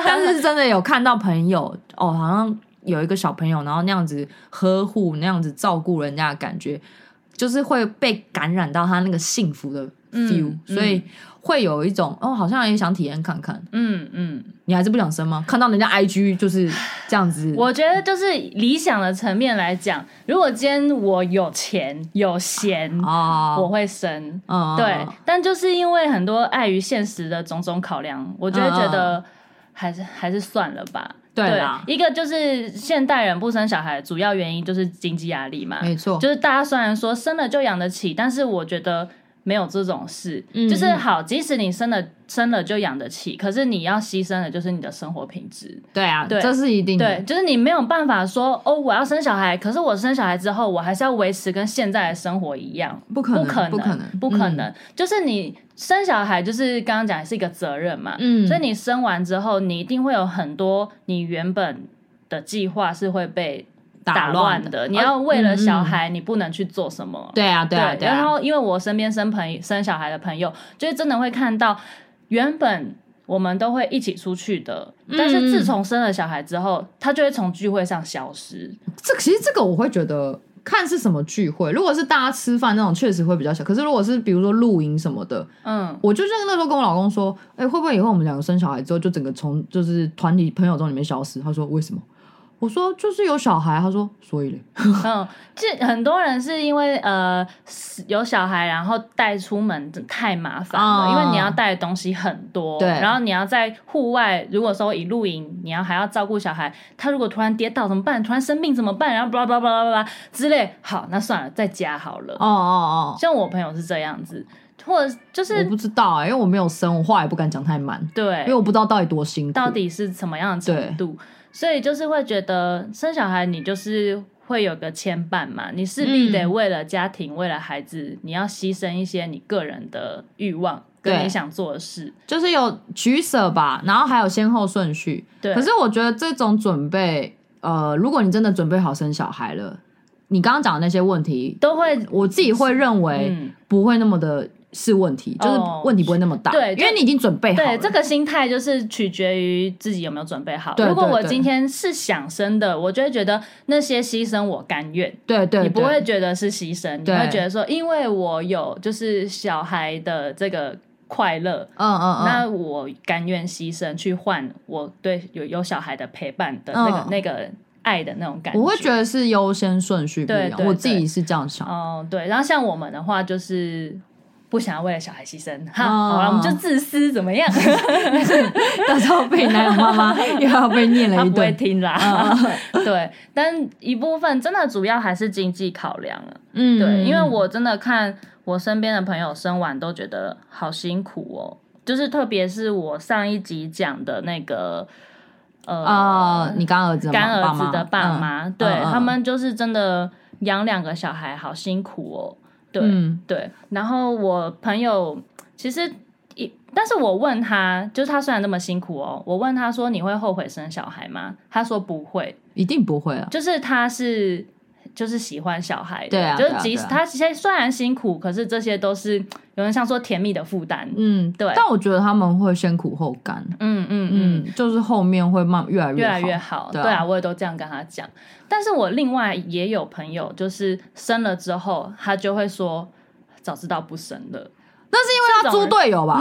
A: 但是真的有看到朋友哦，好像有一个小朋友，然后那样子呵护、那样子照顾人家的感觉，就是会被感染到他那个幸福的 feel，、
B: 嗯
A: 所以会有一种哦，好像也想体验看看。
B: 嗯嗯。
A: 你还是不想生吗？看到人家 IG 就是这样子，
B: 我觉得就是理想的层面来讲，如果今天我有钱有闲，
A: 啊，
B: 我会生。
A: 嗯，
B: 对，但就是因为很多碍于现实的种种考量，我就会觉得还是、还是算了吧。
A: 嗯对啦
B: 一个就是现代人不生小孩，主要原因就是经济压力嘛。
A: 没错，
B: 就是大家虽然说生了就养得起，但是我觉得没有这种事。
A: 嗯
B: 就是
A: 嗯
B: 好，即使你生了生了就养得起，可是你要牺牲的就是你的生活品质。
A: 对啊，
B: 对
A: 这是一定的
B: 对，，就是你没有办法说哦，我要生小孩，可是我生小孩之后，我还是要维持跟现在的生活一样，
A: 不可能，
B: 不可能，
A: 不可能，嗯
B: 不可能就是你生小孩，就是刚刚讲是一个责任嘛，
A: 嗯
B: 所以你生完之后，你一定会有很多你原本的计划是会被打
A: 乱
B: 乱的，你要为
A: 嗯
B: 了
A: 嗯
B: 小孩，你不能去做什么，
A: 对啊，对啊，对
B: 然
A: 啊，
B: 后因为我身边生朋友生小孩的朋友，就是真的会看到，原本我们都会一起出去的，但是自从生了小孩之后，他就会从聚会上消失。
A: 这其实这个我会觉得看是什么聚会，如果是大家吃饭那种，确实会比较小。可是如果是比如说露营什么的，
B: 嗯，
A: 我就像那时候跟我老公说，哎、会不会以后我们两个生小孩之后，就整个从就是团体朋友中里面消失？他说为什么？我说就是有小孩，他说所以嘞，
B: 嗯，这很多人是因为呃有小孩，然后带出门太麻烦了，
A: 哦
B: 因为你要带的东西很多，
A: 对
B: 然后你要在户外，如果说以露营，你要还要照顾小孩，他如果突然跌倒怎么办？突然生病怎么办？然后巴拉巴拉巴拉巴拉之类，好，那算了，在家好了。
A: 哦哦哦，
B: 像我朋友是这样子，或者就是
A: 我不知道、欸因为我没有生，我话也不敢讲太满，因为
B: 对，
A: 我不知道到底多辛苦。
B: 到底是什么样的程度，所以就是会觉得生小孩你就是会有个牵绊嘛，你势必
A: 嗯
B: 得为了家庭、为了孩子，你要牺牲一些你个人的欲望跟
A: 对
B: 你想做的事。
A: 就是有取舍吧，然后还有先后顺序。
B: 对
A: 可是我觉得这种准备，呃，如果你真的准备好生小孩了，你刚刚讲的那些问题，
B: 都会
A: 我自己会认为
B: 嗯
A: 不会那么的是问题，就是
B: 哦
A: 问题不会那么大，
B: 对
A: 因为你已经准备好了。
B: 对，这个心态就是取决于自己有没有准备好。
A: 对
B: 如果
A: 对
B: 我
A: 对
B: 今天是想生的，我就会觉得那些牺牲我甘愿。
A: 对对，
B: 你不
A: 对
B: 会觉得是牺牲，你
A: 对
B: 会觉得说，因为我有就是小孩的这个快乐，
A: 嗯嗯嗯，
B: 那我甘愿牺牲去换我对有有小孩的陪伴的那个、
A: 嗯
B: 那个爱的那种感觉。
A: 我会觉得是优先顺序不一
B: 对
A: 样，
B: 对
A: 我
B: 对
A: 自己是这样想。
B: 哦，对。然后像我们的话，就是不想要为了小孩牺牲，哈，
A: 哦
B: 好了，我们就自私，怎
A: [LAUGHS]
B: 么样？
A: 到时候被男友妈妈
B: [LAUGHS]
A: 又要被念
B: 他
A: 了一
B: 不会
A: 顿。
B: 听啦
A: 嗯，
B: [LAUGHS] 对。但一部分真的主要还是经济考量啊，
A: 嗯
B: [LAUGHS] 对，因为我真的看我身边的朋友生完都觉得好辛苦哦，就是特别是我上一集讲的那个呃
A: 啊，你干儿子吗，
B: 干
A: 爸
B: 儿
A: 妈
B: 子的爸，妈，
A: 嗯
B: 对、
A: 嗯嗯
B: 他们就是真的养两个小孩好辛苦哦，对、
A: 嗯
B: 对。然后我朋友其实一，但是我问他，就是他虽然那么辛苦哦，我问他说你会后悔生小孩吗？他说不会，
A: 一定不会啊。
B: 就是他是就是喜欢小孩的，
A: 对啊
B: 就是
A: 对啊
B: 即使
A: 对啊
B: 他其实虽然辛苦，可是这些都是有人像说甜蜜的负担。
A: 嗯，
B: 对
A: 但我觉得他们会先苦后甘，
B: 嗯嗯嗯，
A: 嗯，就是后面会慢越来
B: 越来
A: 好。
B: 越好。
A: 对
B: 对
A: 啊
B: 啊，我也都这样跟他讲。但是我另外也有朋友，就是生了之后，他就会说。早知道不生了，
A: 那是因为他
B: 这种
A: 猪
B: 人
A: 队友吧？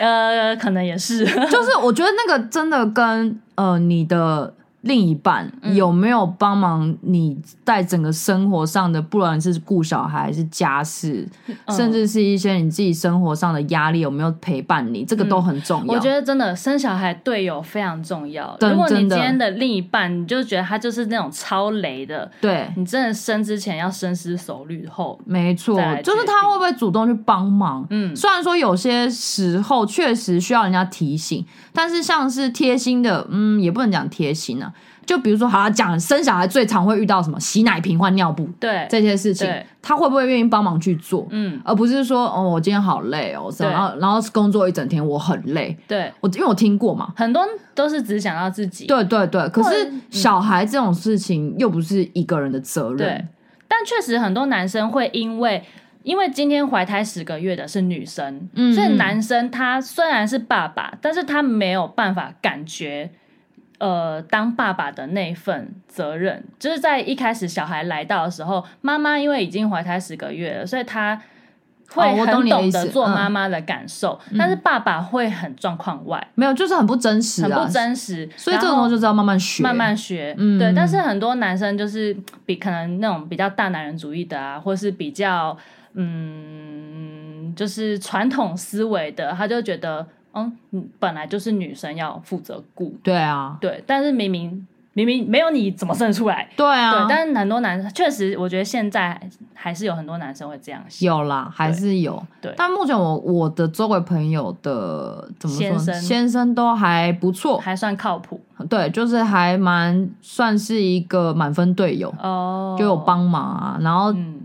B: 呃，可能也
A: [LAUGHS]
B: 是，
A: 就是我觉得那个真的跟呃你的另一半
B: 嗯
A: 有没有帮忙你在整个生活上的，不论是顾小孩还是家事，
B: 嗯
A: 甚至是一些你自己生活上的压力，有没有陪伴你，这个都很重要。
B: [LAUGHS] 嗯我觉得真的生小孩队友非常重要。
A: 真
B: 如果你
A: 真
B: 今
A: 的
B: 天的另一半，你就觉得他就是那种超雷的，
A: 对，
B: 你真的生之前要深思熟虑后，
A: 没错
B: 再来，决
A: 就是他会不会主动去帮忙？
B: 嗯
A: 虽然说有些时候确实需要人家提醒，但是像是贴心的，嗯，也不能讲贴心啊。就比如说，好啦讲生小孩最常会遇到什么洗奶瓶、换尿布
B: 对，
A: 这些事情
B: 对，
A: 他会不会愿意帮忙去做？
B: 嗯，
A: 而不是说哦，我今天好累哦，
B: 对
A: 然后然后工作一整天，我很累。
B: 对，
A: 我因为我听过嘛，
B: 很多都是只想到自己。
A: 对对对。可
B: 或者嗯
A: 是小孩这种事情又不是一个人的责
B: 对
A: 任，
B: 但确实很多男生会因为。因为今天怀胎十个月的是女生，
A: 嗯
B: 所以男生他虽然是爸爸，但是他没有办法感觉，呃，当爸爸的那份责任，就是在一开始小孩来到的时候，妈妈因为已经怀胎十个月了，所以她会
A: 哦我懂
B: 很
A: 你的意
B: 懂
A: 思
B: 得做
A: 嗯
B: 妈妈的感受，但是爸爸会很状况外，
A: 没有就是很不真实
B: 很
A: 啊
B: 不。真实，
A: 所以这
B: 然
A: 种
B: 后
A: 东西就是要慢慢学，
B: 慢慢学，
A: 嗯
B: 对。但是很多男生就是比可能那种比较大男人主义的啊，或是比较嗯，就是传统思维的，他就觉得，嗯，本来就是女生要负责顾，
A: 对啊，
B: 对。但是明明明明没有你怎么生出来？
A: 对啊，
B: 对，但是很多男生确实，我觉得现在还是有很多男生会这样想。
A: 有啦，还是有。
B: 对
A: 但目前我我的周围朋友的怎么说
B: 先生
A: 先生都还不错，
B: 还算靠谱
A: 对，就是还蛮算是一个满分队友，
B: 哦，
A: 就有帮忙啊。然后，
B: 嗯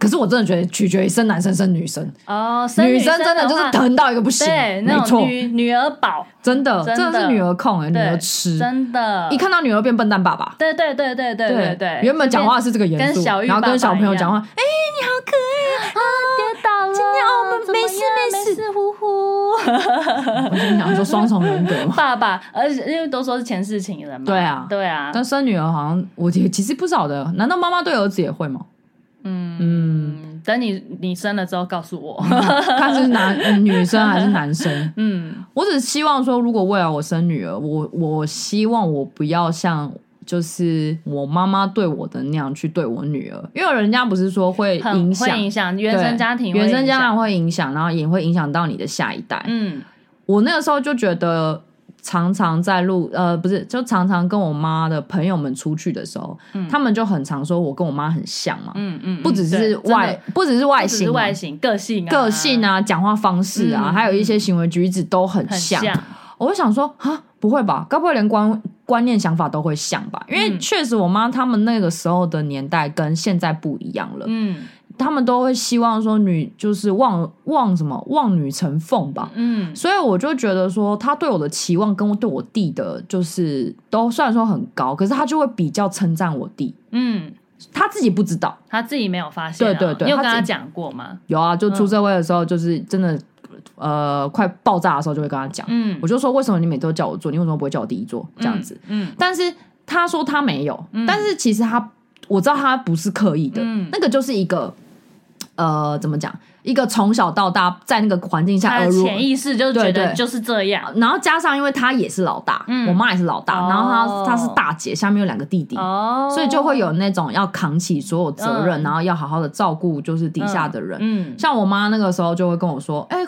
A: 可是我真的觉得取决于生男生生女生，
B: 哦，生女
A: 生真的就是
B: 话
A: 疼到一个不行，
B: 对
A: 没
B: 那
A: 错
B: 种，女女儿宝，
A: 真的，
B: 真的
A: 的是女儿控哎、女
B: 对
A: 儿痴，
B: 真的
A: 一看到女儿变笨蛋爸爸。
B: 对对对对对对对，
A: 原本讲话
B: 就是
A: 这个严肃，
B: 跟小玉
A: 然后
B: 爸爸
A: 跟小朋友讲话，哎、
B: 啊跌倒了，今天
A: 啊哦我们没事没
B: 没事，呼呼。 [LAUGHS]
A: 我心想说双重人格嘛。
B: 爸爸，而且因为都说是前世情人嘛，
A: 对啊
B: 对啊，
A: 但生女儿好像我也其实不少的，难道妈妈对儿子也会吗？
B: 嗯，等你你生了之后告诉我，
A: 看嗯是男、呃女生还是男生？
B: [LAUGHS] 嗯，
A: 我只希望说，如果未来我生女儿，我我希望我不要像就是我妈妈对我的那样去对我女儿，因为人家不是说会
B: 很
A: 影响
B: 嗯会影响原生
A: 对
B: 家庭，
A: 原生家
B: 会影
A: 长
B: 响，
A: 会影响，然后也会影响到你的下一代。
B: 嗯
A: 我那个时候就觉得，常常在路呃，不是，就常常跟我妈的朋友们出去的时候，他们就很常说我跟我妈很像嘛，
B: 嗯嗯，
A: 不只
B: 对
A: 是
B: 真的
A: 外，不只是外
B: 不只是
A: 形嘛，
B: 外形、个性、
A: 个性
B: 啊，
A: 啊、讲话方式啊，
B: 嗯
A: 还有一些行为举止都很
B: 很
A: 像。我就想说，啊，不会吧？该不会连观观念、想法都会像吧？因为
B: 嗯
A: 确实，我妈他们那个时候的年代跟现在不一样了，
B: 嗯
A: 他们都会希望说女就是望望什么望女成凤吧。
B: 嗯
A: 所以我就觉得说，他对我的期望跟对我弟的，就是都虽然说很高，可是他就会比较称赞我弟。
B: 嗯，
A: 他自己不知道。
B: 他自己没有发现、啊。
A: 对对对
B: 你有
A: 他
B: 跟他
A: 自己
B: 讲过吗？
A: 有啊，就出社会的时候，就是真的，呃，快爆炸的时候就会跟他讲。
B: 嗯，
A: 我就说，为什么你每次都叫我做，你为什么不会叫我第一做这样子？
B: 嗯，
A: 但是他说他没有，但是其实他我知道他不是刻意的，
B: 嗯
A: 那个就是一个呃，怎么讲？一个从小到大在那个环境下
B: 他
A: 耳
B: 的
A: 濡，
B: 潜意识就觉
A: 对
B: 得
A: 对
B: 就是这样。
A: 然后加上因为他也是老大，
B: 嗯
A: 我妈也是老大，
B: 哦
A: 然后他他是大姐，下面有两个弟弟。
B: 哦，
A: 所以就会有那种要扛起所有责任，
B: 嗯
A: 然后要好好的照顾就是底下的人。
B: 嗯，
A: 像我妈那个时候就会跟我说：“哎、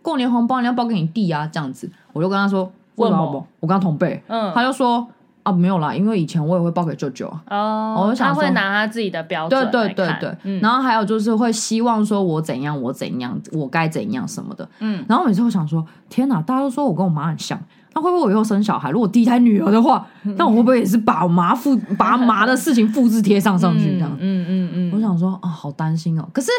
A: 过年红包你要包给你弟啊，这样子。”我就跟她说：“
B: 为什么
A: 什么我跟她同辈。
B: 嗯
A: 她就说：“啊，没有啦，因为以前我也会包给舅舅啊。
B: 哦
A: 我，就想
B: 他
A: 说
B: 会拿他自己的标准
A: 对对
B: 来
A: 对
B: 看
A: 对，
B: 嗯
A: 然后还有就是会希望说我怎样我怎样我该怎样什么的。
B: 嗯，
A: 然后每次我想说，天哪，大家都说我跟我妈很像，那会不会我以后生小孩，如果第一胎女儿的话，
B: 嗯
A: 那我会不会也是把我妈复把她妈的事情复制贴上上去这样？
B: 嗯嗯嗯嗯，
A: 我想说啊、好担心哦。可是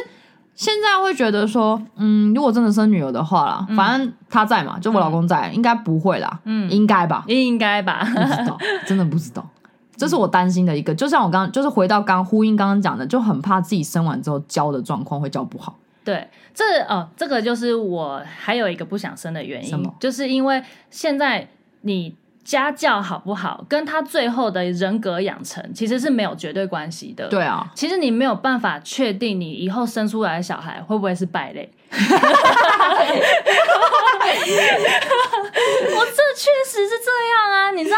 A: 现在会觉得说，嗯，如果真的生女儿的话啦，反正她在嘛，就我老公在，应该不会啦，
B: 嗯
A: 应该吧，
B: 应该吧，
A: [LAUGHS] 不知道，真的不知道。这是我担心的一个，就像我刚就是回到刚呼应刚刚讲的，就很怕自己生完之后教的状况会教不好。
B: [LAUGHS] 对，这哦，这个就是我还有一个不想生的原
A: 什
B: 因
A: 么，
B: 就是因为现在你家教好不好，跟他最后的人格养成其实是没有绝对关系的。。
A: 对啊，
B: 其实你没有办法确定你以后生出来的小孩会不会是败类，我这确实是这样啊，你知道，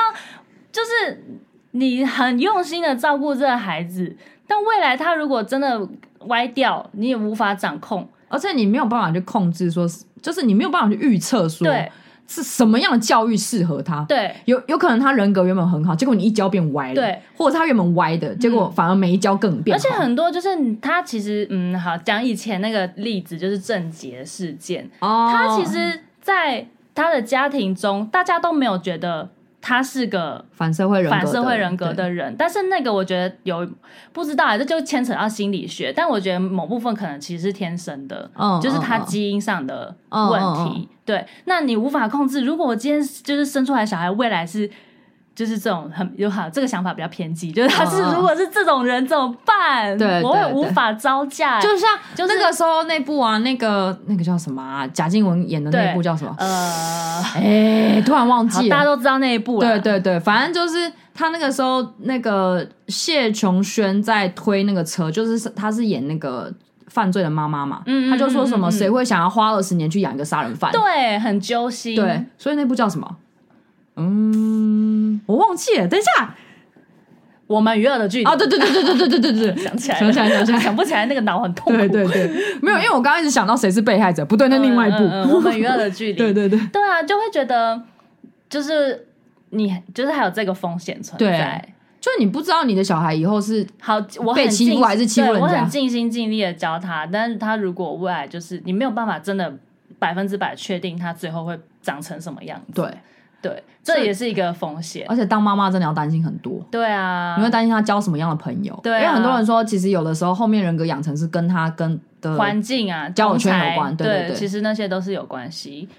B: 就是你很用心的照顾这个孩子，但未来他如果真的歪掉，你也无法掌控。
A: 而且你没有办法去控制说是，就是你没有办法去预测说
B: 对
A: 是什么样的教育适合他。
B: 对，
A: 有有可能他人格原本很好，结果你一教变歪了，
B: 对，
A: 或者他原本歪的，结果嗯反而没教更变
B: 而
A: 好。
B: 且很多就是你他其实嗯，好讲以前那个例子就是郑捷事件，
A: 哦，
B: 他其实在他的家庭中，大家都没有觉得他是个
A: 反社会人格的，
B: 反社会人格
A: 对
B: 的人，但是那个我觉得有不知道啊，这就牵扯到心理学，但我觉得某部分可能其实是天生的，
A: 嗯
B: 就是
A: 嗯
B: 他
A: 嗯
B: 基因上的问
A: 嗯
B: 题。
A: 嗯嗯
B: 对，那你无法控制。如果我今天就是生出来小孩，未来是。就是这种很有好，这个想法比较偏激，就是他是
A: 嗯嗯
B: 如果是这种人怎么办？
A: 对
B: 我会
A: 对
B: 无
A: 对
B: 法招架。
A: 就像
B: 就是
A: 那个时候那部啊，那个那个叫什么啊？贾静雯演的那
B: 对
A: 部叫什么？
B: 呃，
A: 哎、突然忘
B: 好，
A: 记
B: 大家
A: 了。
B: 都知道那一步
A: 对
B: 了。
A: 对对，反正就是他那个时候，那个谢琼轩在推那个车，就是他是演那个犯罪的妈妈嘛，
B: 嗯嗯
A: 他就说什么
B: 嗯嗯嗯
A: 谁会想要花二十年去养一个杀人犯？
B: 对，很揪心。
A: 对，所以那部叫什么？嗯，我忘记了。等一下
B: 我们娱乐的剧
A: 啊，对对对对对对对对对，
B: 哦 [LAUGHS] 想起来
A: 想
B: 了，
A: 起来想起来
B: 想不起来那个脑很痛苦。
A: 对对对，没有，因为我刚刚一直想到谁是被害者，不对，那另外一
B: 嗯嗯嗯
A: 部。
B: 我们娱乐的距离。
A: 对对对，
B: [LAUGHS] 对啊，就会觉得就是你就是还有这个风险存在
A: 对。就你不知道你的小孩以后是
B: 好，我很
A: 被欺负
B: 尽
A: 还是欺负
B: 对
A: 人
B: 我
A: 家
B: 很尽心尽力的教他，但是他如果未来就是你没有办法真的百分之百确定他最后会长成什么样子。
A: 对，
B: 对，这也是一个风险。
A: 而且当妈妈真的要担心很多，
B: 对啊，
A: 你会担心她交什么样的朋友。
B: 对啊
A: 因为很多人说，其实有的时候后面人格养成是跟她跟的
B: 环境啊，
A: 交友圈
B: 同才
A: 有关对
B: 对
A: 对对
B: 其实那些都是有关系。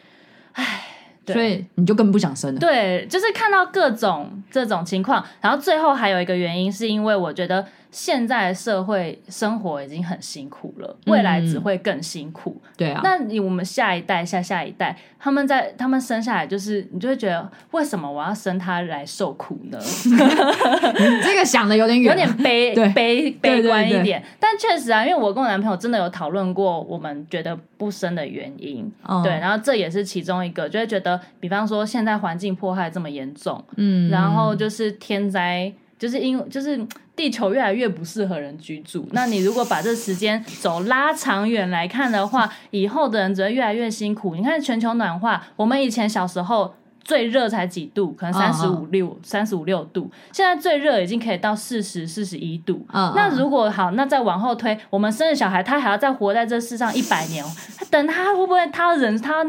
B: 对
A: 所以你就更不想生 [LAUGHS] 了。
B: 对，就是看到各种这种情况，然后最后还有一个原因，是因为我觉得现在社会生活已经很辛苦了，未来只会更辛苦。
A: 对啊，
B: 那你我们下一代、下下一代，他们在他们生下来，就是你就会觉得，为什么我要生他来受苦
A: [LAUGHS]
B: 呢？
A: 你这个想的有点远
B: 有
A: 啊，
B: 点
A: [LAUGHS]
B: 悲
A: 对
B: 悲
A: 对
B: 悲观一
A: 对
B: 点。但确实啊，因为我跟我男朋友真的有讨论过，我们觉得不生的原因。
A: 嗯
B: 对，，然后这也是其中一个，就会觉得，比方说现在环境迫害这么严重，
A: 嗯，
B: 然后就是天灾，就是因就是地球越来越不适合人居住。那你如果把这时间走拉长远来看的话，以后的人只会越来越辛苦。你看全球暖化，我们以前小时候。最热才几度，可能
A: 嗯
B: 三十五六、三十五六度，现在最热已经可以到四十、四十一度。
A: 嗯
B: 那
A: 嗯
B: 如果好，那再往后推，我们生了小孩，他还要再活在这世上一百年，哦他等他会不会他人他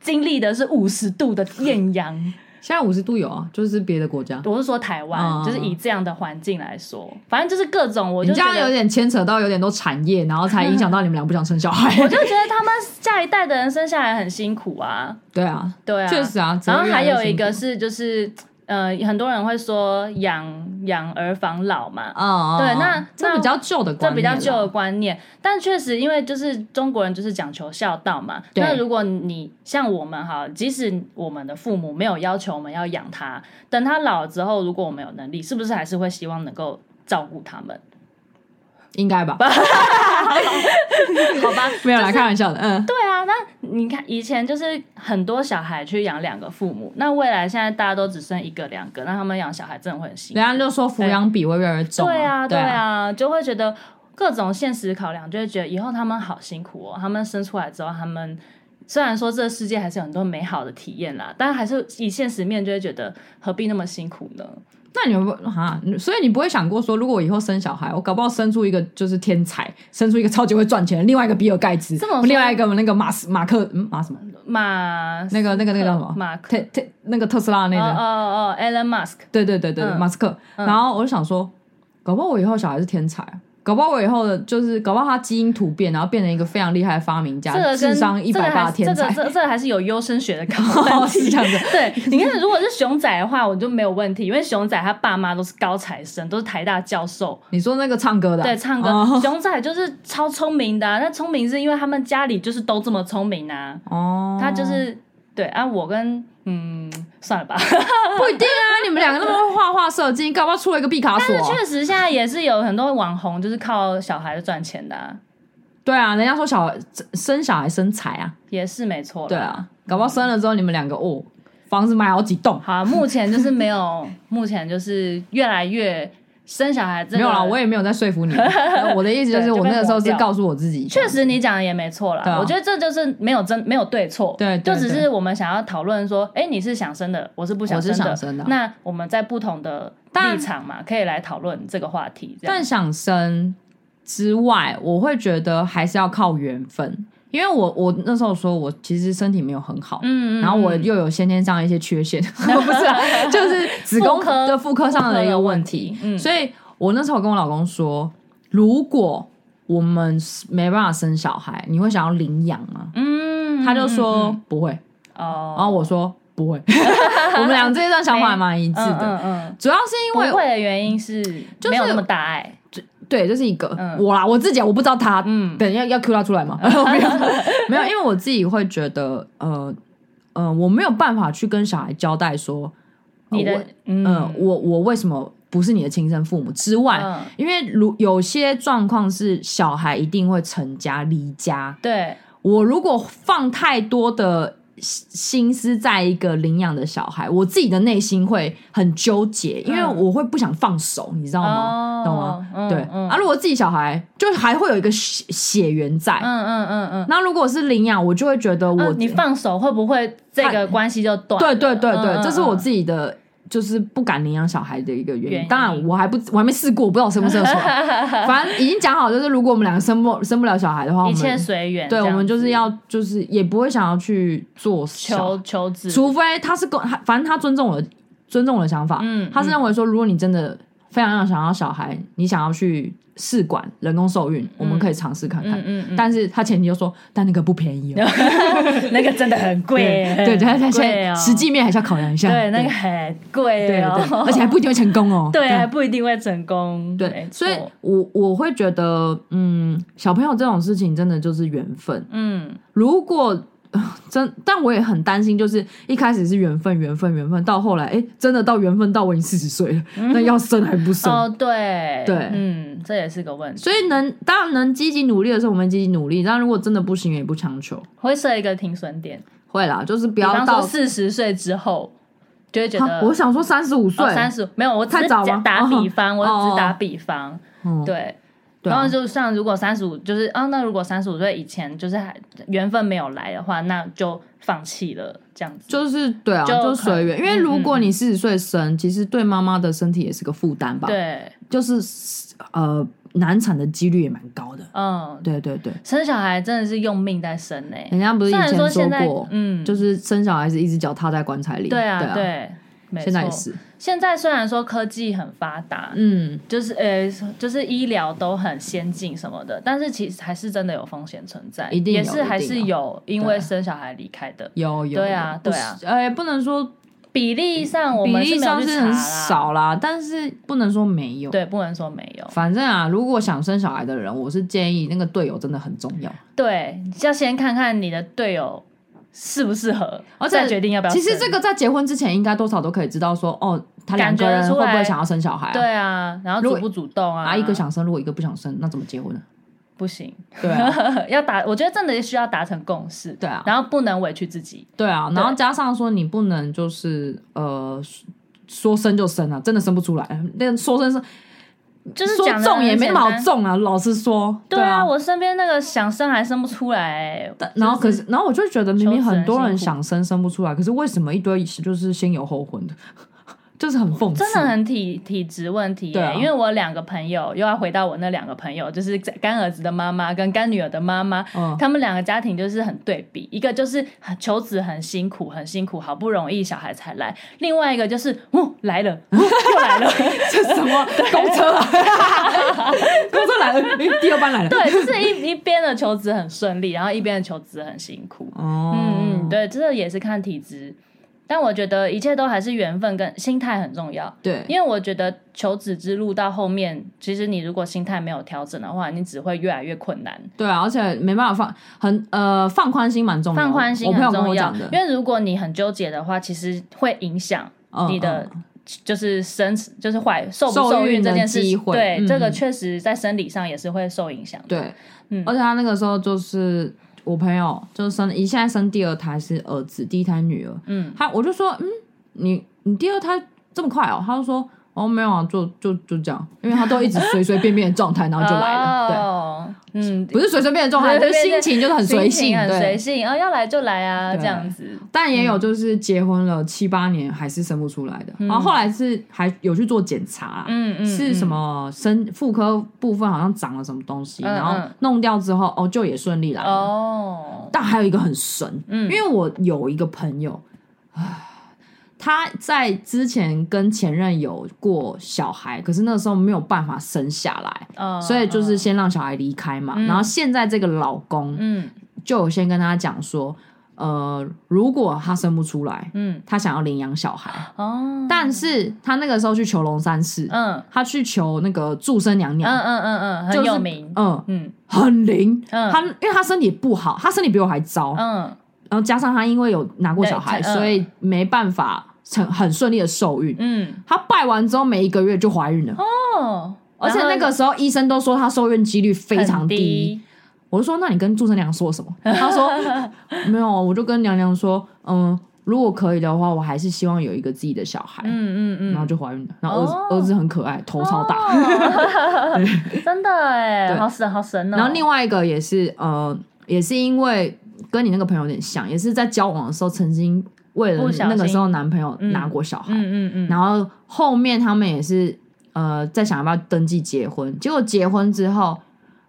B: 经历的是五十度的艳阳？
A: 现在五十度有啊，就是别的国家。
B: 我是说台湾，
A: 嗯
B: 就是以这样的环境来说，反正就是各种，我
A: 你
B: 就
A: 这
B: 觉
A: 样有
B: 得，
A: 点牵扯到有点多产业，然后才影响到你们俩不想生小孩
B: 我。就觉得他们下一代的人生下来很辛苦啊，
A: 对啊，
B: 对啊，
A: 确实啊
B: 然后
A: 只能越来
B: 还
A: 越
B: 有一
A: 辛苦
B: 个是就是。呃，很多人会说养养儿防老嘛，
A: 哦，
B: 对
A: 哦
B: 那
A: 哦这
B: 那
A: 比较旧的
B: 这
A: 观
B: 比
A: 念了，
B: 较旧的观念，但确实因为就是中国人就是讲求孝道嘛。
A: 对
B: 那如果你像我们哈，即使我们的父母没有要求我们要养他，等他老了之后，如果我们有能力，是不是还是会希望能够照顾他们？ [LAUGHS]
A: 应该吧？
B: 好吧，
A: 没有啦，开玩笑的，嗯，
B: 对啊，那你看以前就是很多小孩去养两个父母，那未来现在大家都只剩一个两个，那他们养小孩真的会很辛苦。
A: 人家就说抚养比会越来越重，
B: 对啊，对
A: 对，
B: 啊，就会觉得各种现实考量，就会觉得以后他们好辛苦哦。他们生出来之后，他们虽然说这个世界还是有很多美好的体验啦，但还是以现实面就会觉得何必那么辛苦呢？
A: 那你有没有哈？所以你不会想过说，如果我以后生小孩，我搞不好生出一个就是天才，生出一个超级会赚钱的，另外一个比尔盖茨
B: 这么，说
A: 另外一个那个马斯马克嗯马什么
B: 马
A: 那个那个那个叫什么
B: 马克
A: 特特那个特斯拉的那
B: 哦
A: 个，
B: 哦哦，Elon Musk，
A: 对对对对，
B: 嗯
A: 马斯克。然后我就想说，搞不好我以后小孩是天才啊，搞不好我以后的就是搞不好他基因突变，然后变成一个非常厉害的发明家
B: 这个，跟
A: 智商一
B: 这个
A: 百
B: 还
A: 八
B: 是
A: 天才哦
B: 这，个这这个还是有优
A: [LAUGHS]
B: 生学的高但
A: 是这样子。
B: [LAUGHS] 对，你看，如果是熊仔的话，我就没有问题，因为熊仔他爸妈都是高材生，都是台大教授，
A: 你说那个唱歌的啊，
B: 对，唱歌。
A: 哦
B: [LAUGHS] 熊仔就是超聪明的啊、那聪明是因为他们家里就是都这么聪明啊，
A: 哦，
B: 他就是对啊，我跟嗯算了吧，
A: 不一定啊，你们两个那么会画画设计，搞不好出了一个毕卡索啊。
B: [LAUGHS] 确实现在也是有很多网红就是靠小孩子赚钱的、啊，
A: 对啊，人家说小生小孩生财啊，
B: 也是没错啦
A: 对。啊，搞不好生了之后你们两个哦，房子买好几栋。
B: 好啊、目前就是没有， [LAUGHS] 目前就是越来越生小孩、这个，
A: 没有啦，我也没有在说
B: [LAUGHS]
A: 服你。我的意思就
B: 对
A: 是，
B: 就被
A: 我那个时候
B: 抹
A: 是
B: 掉
A: 告诉我自己，
B: 确实，你讲的也没错啦。
A: 对啊
B: 我觉得这就是没有真没有对错，
A: 对对
B: 就只是我们想要讨论说，哎、你是想生的，我是不想生
A: 我是
B: 的。
A: 想生的啊
B: 那我们在不同的立场嘛，可以来讨论这个话题。这样
A: 但想生之外，我会觉得还是要靠缘分，因为我我那时候说我其实身体没有很好，
B: 嗯，嗯
A: 然后我
B: 嗯
A: 又有先天上的一些缺陷， [LAUGHS] 不是、啊，
B: [LAUGHS]
A: 就是子宫
B: 妇科
A: 的妇科上的一个问题
B: 妇科的问题，嗯
A: 所以我那时候跟我老公说，如果我们没办法生小孩，你会想要领养吗？
B: 嗯，
A: 他就说、
B: 嗯
A: 不会，
B: 嗯哦，
A: 然后我说不会， [LAUGHS] 我们俩这一段想法还蛮一致
B: 嗯
A: 的，
B: 嗯嗯，
A: 主要是因
B: 不
A: 为
B: 会的原因是
A: 就是
B: 没有那么大爱，
A: 对，这是一个、
B: 嗯
A: 我啦，我自己啊我不知道他，
B: 嗯
A: 等要要 Q 他出来吗？ [LAUGHS] 没有，没有，因为我自己会觉得，呃呃，我没有办法去跟小孩交代说，呃
B: 你
A: 我
B: 的嗯
A: 呃，我我为什么不是你的亲生父母之外，
B: 嗯
A: 因为如有些状况是小孩一定会成家离家，
B: 对
A: 我如果放太多的心心思在一个领养的小孩，我自己的内心会很纠结，因为
B: 嗯
A: 我会不想放手，你知道吗？
B: 哦
A: 懂吗？
B: 嗯
A: 对、
B: 嗯
A: 啊，如果自己小孩就还会有一个血血缘在，
B: 嗯嗯嗯嗯。
A: 那如果是领养，我就会觉得我、
B: 啊你放手会不会这个关系就断
A: 对
B: 了？
A: 对对对，
B: 嗯
A: 这是我自
B: 己。
A: 己的。就是不敢领养小孩的一个原因，
B: 原因
A: 当然我还不我还没试过，我不知道我生不生得出来。反正已经讲好，就是如果我们两个生不生不了小孩哦的话，我
B: 一
A: 们
B: 切随缘
A: 对
B: 这样
A: 我
B: 子，
A: 们就是要就是也不会想要去做小
B: 求求子，
A: 除非他是跟他，反正他尊重我的尊重我的想法，
B: 嗯
A: 他是认为说，如果你真的非常要想要小孩，你想要去试管人工受孕，我们可以尝试看看。
B: 嗯嗯嗯 [LAUGHS]
A: 但是他前提就说，但那个不便宜哦，
B: 那个真的很贵，
A: 对， [LAUGHS] 他他
B: 很
A: 现
B: 贵
A: 在
B: 哦
A: 实际面还是要考量一下，
B: 对那个很贵
A: 对对
B: [LAUGHS]
A: 对
B: 哦，
A: 而且还不一定会成功哦，
B: [LAUGHS] 对
A: 这样
B: 还不一定会成功，
A: 对
B: 没，错
A: 所以我我会觉得，嗯，小朋友这种事情真的就是缘分，
B: 嗯，
A: 如果呃真，但我也很担心，就是一开始是缘分，缘分，缘分，到后来，哎、真的到缘分到我已经四十岁了，那要生还不生？
B: 嗯哦对
A: 对
B: 嗯，这也是个问题，
A: 所以能当然能积极努力的时候，我们积极努力。但如果真的不行，也不强求。
B: 会设一个停损点，
A: 会啦，就是不
B: 比
A: 要
B: 方
A: 到
B: 说四十岁之后就会觉
A: 啊
B: 得哦
A: 我想说三十五岁，
B: 三十没有，我只
A: 太
B: 是
A: 早吗
B: 讲打比方，我
A: 哦
B: 只是打比方，
A: 嗯
B: 对。
A: 对啊
B: 然后就像如果三十五，就是啊，那如果三十五岁以前就是还缘分没有来的话，那就放弃了这样子。
A: 就是对啊，
B: 就
A: 就
B: 可嗯
A: 随缘。因为如果你四十岁生，其实对妈妈的身体也是个负担吧，
B: 对，
A: 就是呃，难产的几率也蛮高的。
B: 嗯，
A: 对对对，
B: 生小孩真的是用命在生呢、
A: 人家不是嗯以
B: 虽然
A: 前
B: 说现在
A: 过，，
B: 嗯，
A: 就是生小孩是一只脚踏在棺材里，
B: 对啊，
A: 对
B: 对没
A: 现在也
B: 错。
A: 是，
B: 现在虽然说科技很发达，
A: 嗯，
B: 就是呃，就是医疗都很先进什么的，但是其实还是真的有风险存在，
A: 一定有
B: 也是还
A: 一定
B: 是
A: 有
B: 有因为
A: 对啊
B: 生小孩离开的。
A: 有有，
B: 对啊
A: 有
B: 对啊，
A: 不是呃，不能说
B: 比例上我
A: 比
B: 们是
A: 例
B: 没有
A: 上
B: 去
A: 是
B: 查
A: 很
B: 啦
A: 少啦，但是不能说没有。
B: 对，不能说没有。
A: 反正啊，如果想生小孩的人，我是建议那个队友真的很重要。
B: 对，要先看看你的队友适不适合，
A: 而且
B: 再决定要不要
A: 其哦
B: 生。
A: 实这个在结婚之前，应该多少都可以知道说，哦，他两个人
B: 感觉
A: 会
B: 出
A: 不
B: 来
A: 会想要生小孩、啊？
B: 对啊，然后
A: 如果
B: 主不主动啊，
A: 啊，一个想生，如果一个不想生，那怎么结婚呢？
B: 不行，
A: 对啊，
B: [LAUGHS] 要达，我觉得真的需要达成共识，
A: 对啊，
B: 然后不能委屈自己。
A: 对啊。然后
B: 对
A: 加上说，你不能就是呃，说说生就生啊，真的生不出来。那个说生生，
B: 就是
A: 说
B: 讲得
A: 中
B: 很
A: 也没那
B: 简
A: 么好
B: 单
A: 中啊。老实说，
B: 对
A: 啊。
B: 我身边那个想生还生不出来、欸，
A: 但然后可是，然后我就觉得明明
B: 求子
A: 很多
B: 很
A: 人
B: 辛苦
A: 想生生不出来，可是为什么一堆就是先有后婚的， [LAUGHS] 就是很讽刺。
B: 真的很体体质问题、欸。
A: 对啊
B: 因为我两个朋友又要回到我那两个朋友，就是干儿子的妈妈跟干女儿的妈妈， [LAUGHS]
A: 嗯
B: 他们两个家庭就是很对比，一个就是很求子很辛苦，很辛苦，好不容易小孩才来；另外一个就是，哦，来了，哦又来了， [LAUGHS]
A: 这什么公车啊？公车来了，第二班来了。
B: 对，就是一一边的求职很顺利，然后一边的求职很辛苦。
A: 哦，
B: 嗯嗯，对，这也是看体质，但我觉得一切都还是缘分跟心态很重要。
A: 对
B: 因为我觉得求职之路到后面，其实你如果心态没有调整的话，你只会越来越困难。
A: 对啊，而且没办法放很呃放宽心蛮重要的，
B: 放宽心
A: 我朋友
B: 很
A: 跟
B: 重
A: 我
B: 要
A: 讲的，，
B: 因为如果你很纠结的话，其实会影响
A: 嗯
B: 你的
A: 嗯
B: 就是生就是怀受不
A: 受
B: 受
A: 孕
B: 孕这
A: 的
B: 件事
A: 机
B: 情。
A: 会
B: 对，
A: 嗯
B: 这个
A: 嗯
B: 确实在生理上也是会受影响的。
A: 对，
B: 嗯
A: 而且他那个时候就是我朋友就是生，一现在生第二胎是儿子，第一胎女儿，
B: 嗯，
A: 他我就说，嗯，你你第二胎这么快哦？他就说，哦，没有啊，就就就这样，因为他都一直随随便便的状态，然后嗯就来
B: [LAUGHS]
A: 了，对。
B: 哦、嗯，
A: 不是随随便便的状
B: [LAUGHS]
A: 态，就
B: 对
A: 是
B: 对
A: 心
B: 对
A: 情就是很随
B: 心情
A: 性，
B: 很随
A: 对。
B: 性，哦，要来就来啊，
A: 对
B: 这样子。
A: 但也有就是结婚了七八年还是生不出来的，然后后来是还有去做检查啦，啊
B: 嗯嗯，
A: 是什么生妇科部分好像长了什么东西，
B: 嗯
A: 然后
B: 嗯
A: 弄掉之后，哦，就也顺利来
B: 嗯？
A: 了。
B: 哦，
A: 但还有一个很神，
B: 嗯
A: 因为我有一个朋友，唉他在之前跟前任有过小孩，可是那时候没有办法生下来，
B: 哦
A: 所以就是，先让小孩离开嘛。然后现在这个老公
B: 嗯
A: 就有先跟他讲说，呃，如果他生不出来，
B: 嗯，
A: 他想要领养小孩，
B: 哦，
A: 但是他那个时候去求龙山寺，
B: 嗯
A: 他去求那个祝生娘
B: 嗯
A: 娘，
B: 嗯嗯嗯，
A: 就
B: 很
A: 是
B: 有名，
A: 嗯，
B: 嗯
A: 很灵。
B: 嗯
A: 他因为他身体不好，他身体比我还糟，
B: 嗯
A: 然后加上他因为有拿过小孩，
B: 对才嗯
A: 所以没办法成很顺利的受孕。
B: 嗯，
A: 她拜完之后，每一个月就怀孕了，
B: 哦，
A: 而且那个时候医生都说她受孕几率非
B: 然后
A: 常
B: 哦很
A: 低。
B: 低，
A: 我就说：“那你跟祝生娘说
B: [LAUGHS]
A: 什么？”她说：“没有，啊我就跟娘娘说，嗯，如果可以的话，我还是希望有一个自己的小孩。
B: 嗯嗯嗯，
A: 然后就怀孕了，然后儿子、
B: 哦
A: 儿子很可爱，头超大。
B: 哦真的哎，
A: 对
B: 好神好神哦。
A: 然后另外一个也是呃，也是因为跟你那个朋友有点像，也是在交往的时候曾经为了
B: 不小心
A: 那个时候男朋友拿过小孩，
B: 嗯嗯嗯，
A: 然后后面他们也是呃在想要不要登记结婚，结果结婚之后，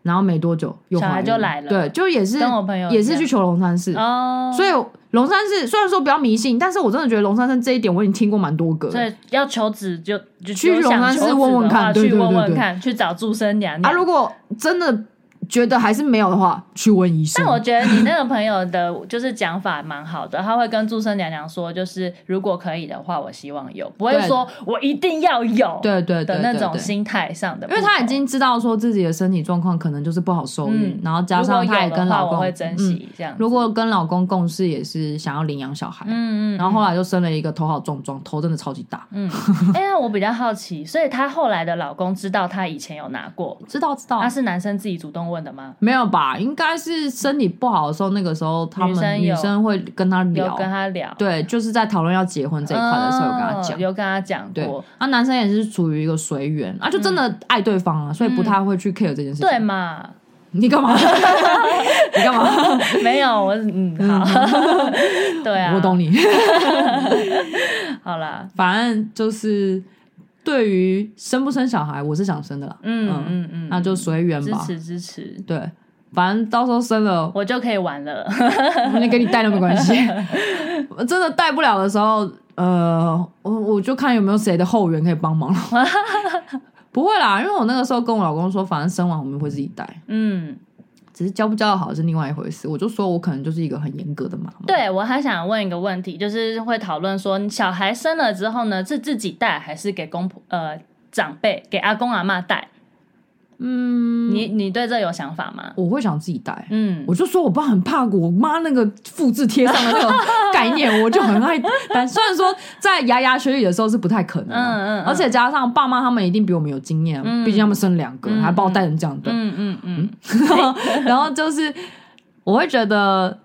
A: 然后没多久又
B: 小孩
A: 怀孕
B: 就来了
A: 对，就也是
B: 跟我朋友一样
A: 也是去求龙山寺，
B: 哦，
A: 所以龙山寺虽然说比较迷信，但是我真的觉得龙山寺这一点我已经听过蛮多个
B: 所
A: 了。
B: 以要求子就就
A: 去
B: 有想
A: 荣安寺
B: 求子的
A: 问问
B: 话
A: 看对
B: 去
A: 对对
B: 问问
A: 对
B: 看，去找祝生娘
A: 啊，
B: 娘。
A: 如果真的觉得还是没有的话，去问医生。
B: 但我觉得你那个朋友的，就是讲法蛮好的，他会跟祝生娘娘说，就是如果可以的话，我希望有，不会
A: 对
B: 说我一定要有
A: 对对对
B: 的那
A: 对
B: 种
A: 对
B: 心态上的不
A: [LAUGHS] 因
B: 同，
A: 为她已经知道说自己的身体状况可能就是不好受孕，
B: 嗯
A: 然后加上
B: 如果
A: 她
B: 有
A: 也
B: 的
A: 跟
B: 话
A: 老公
B: 我会珍
A: 嗯
B: 惜这样。
A: 如果跟老公共事也是想要领养小孩，
B: 嗯嗯，
A: 然后后来就生了一个头好壮壮，头真的超级大，
B: 嗯， [LAUGHS] 哎、那我比较好奇，所以她后来的老公知道她以前有拿过，
A: 知道知道
B: 那、，是男生自己主动问的吗？
A: 没有吧？应该是身体不好的时候，那个时候他
B: 女
A: 们
B: 生
A: 女
B: 有
A: 生会跟他
B: 有
A: 聊，
B: 跟他聊
A: 对，就是在讨论要结婚这一块的时候有跟他
B: 哦
A: 讲。
B: 有跟他讲
A: 对
B: 过，，
A: 啊，男生也是处于一个随缘啊，就真的爱对方啊，所以不太会去 care 这件事情。
B: 嗯对嘛？
A: 你干嘛？ [LAUGHS] 你干
B: [LAUGHS]
A: 嘛？
B: 没有，我嗯好， [LAUGHS] 对啊，
A: 我懂你。
B: 好啦，
A: 反正就是对于生不生小孩，我是想生的啦，
B: 嗯
A: 嗯
B: 嗯嗯，
A: 那就随缘
B: 支
A: 吧。
B: 持支持，
A: 对，反正到时候生了，
B: 我就可以玩了。 [LAUGHS]
A: 我那给你带都没关系。真的带不了的时候，呃，我我就看有没有谁的后援可以帮
B: [LAUGHS]
A: 忙了。不会啦，因为我那个时候跟我老公说，反正生完我们会自己带，
B: 嗯，
A: 只是教不教的好是另外一回事。我就说我可能就是一个很严格的妈妈。
B: 对我还想问一个问题，就是会讨论说，小孩生了之后呢，是自己带还是给公婆呃长辈给阿公阿妈带？
A: 嗯，
B: 你你对这有想法吗？
A: 我会想自己带。
B: 嗯，
A: 我就说我爸很怕我妈那个复制贴上的那种概念，我就很爱担。
B: [LAUGHS]
A: 虽然说在牙牙学语的时候是不太可能啊、
B: 嗯嗯嗯
A: 而且加上爸妈他们一定比我们有经验，
B: 嗯
A: 毕竟他们生两个，
B: 嗯
A: 还把我带成这样的。
B: 嗯嗯嗯，
A: [LAUGHS] 然后就是我会觉得，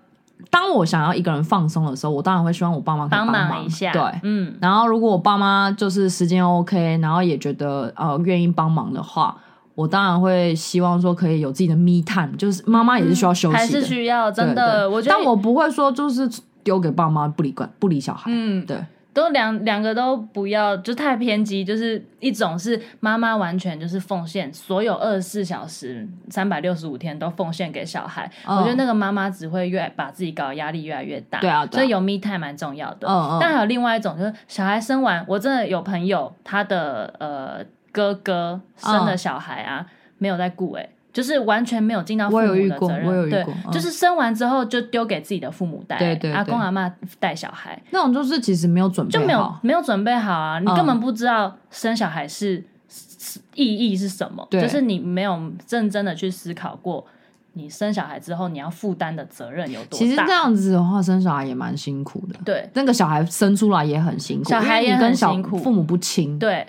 A: 当我想要一个人放松的时候，我当然会希望我爸妈可以
B: 帮
A: 帮
B: 忙一下，
A: 对。
B: 嗯
A: 然后如果我爸妈就是时间 OK，然后也觉得呃愿意帮忙的话，我当然会希望说可以有自己的 me time，就是妈妈也是需要休息的，
B: 嗯还是需要真
A: 对对
B: 的，我觉得
A: 但我不会说就是丢给爸妈不理管不理小孩，
B: 嗯
A: 对，
B: 都两两个都不要，就太偏激。就是一种是妈妈完全就是奉献所有二十四小时、三百六十五天都奉献给小孩，
A: 嗯
B: 我觉得那个妈妈只会越把自己搞得压力越来越大。
A: 对啊对啊
B: 所以有 me time 蛮重要的。
A: 嗯嗯，
B: 但还有另外一种就是小孩生完，我真的有朋友他的呃哥哥生的小孩啊，没有在顾哎、就是完全没有尽到父
A: 哦我有
B: 母
A: 遇
B: 的
A: 过
B: 责任，
A: 我有遇
B: 对
A: 过，嗯
B: 就是生完之后就丢给自己的父母带，
A: 对对
B: 阿公
A: 对
B: 阿妈带小孩，
A: 那种就是其实没有准备
B: 就没有
A: 好，
B: 没有准备好啊，你
A: 嗯
B: 根本不知道生小孩是是意义是什么，
A: 对
B: 就是你没有认真的去思考过，你生小孩之后你要负担的责任有多大。
A: 其实这样子的话，生小孩也蛮辛苦的。
B: 对
A: 那个小孩生出来也很辛苦，
B: 小孩
A: 因为
B: 也
A: 你
B: 很
A: 跟小
B: 辛苦
A: 父母不亲，
B: 对，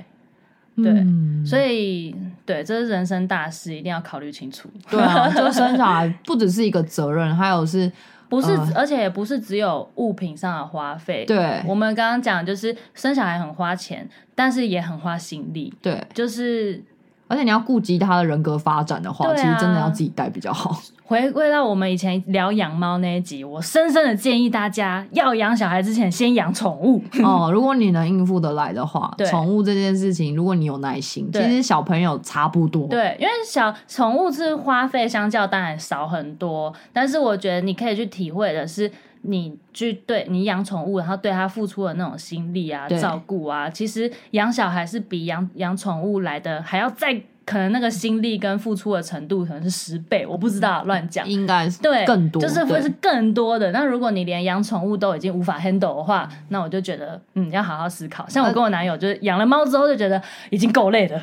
B: 对
A: 嗯、
B: [LAUGHS] 所以对，这是人生大事，一定要考虑清楚。
A: 对啊，就生小孩不只是一个责任，还有是
B: [LAUGHS] 不是，
A: 呃
B: 而且也不是只有物品上的花费。，
A: 对
B: 我们刚刚讲就是生小孩很花钱，但是也很花心力，
A: 对，
B: 就是
A: 而且你要顾及他的人格发展的话，
B: 对啊
A: 其实真的要自己带比较
B: [LAUGHS]
A: 好。
B: 回归到我们以前聊养猫那一集，我深深的建议大家，要养小孩之前先养宠物。
A: 哦，如果你能应付得来的话
B: 对，
A: 宠物这件事情，如果你有耐心，其
B: 对
A: 实小朋友差不多。
B: 对，因为小宠物是花费相较当然少很多，但是我觉得你可以去体会的是，你去对你养宠物，然后对它付出的那种心力啊、
A: 对
B: 照顾啊，其实养小孩是比养养宠物来的还要再可能那个心力跟付出的程度可能是十倍，我不知道乱讲。
A: 应该是
B: 对，
A: 更多，
B: 就是会
A: 对
B: 是更多的。那如果你连养宠物都已经无法 handle 的话，那我就觉得，嗯，要好好思考。像我跟我男友，就是养了猫之后就觉得已经够
A: [LAUGHS]
B: 累了。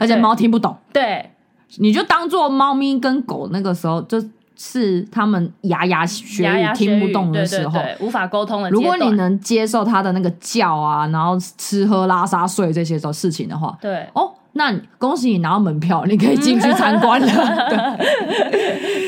A: 而且猫听不懂，
B: 对
A: 你就当做猫咪跟狗那个时候就是他们牙牙学
B: 牙牙
A: 语
B: 学
A: 听
B: 语
A: 不懂的时候。
B: 对对对无法沟通的阶
A: 如
B: 段。
A: 果你能接受它的那个叫啊，然后吃喝拉撒睡这些的事情的话，
B: 对
A: 哦，那你恭喜你拿到门票，你可以进去参观了。
B: [LAUGHS]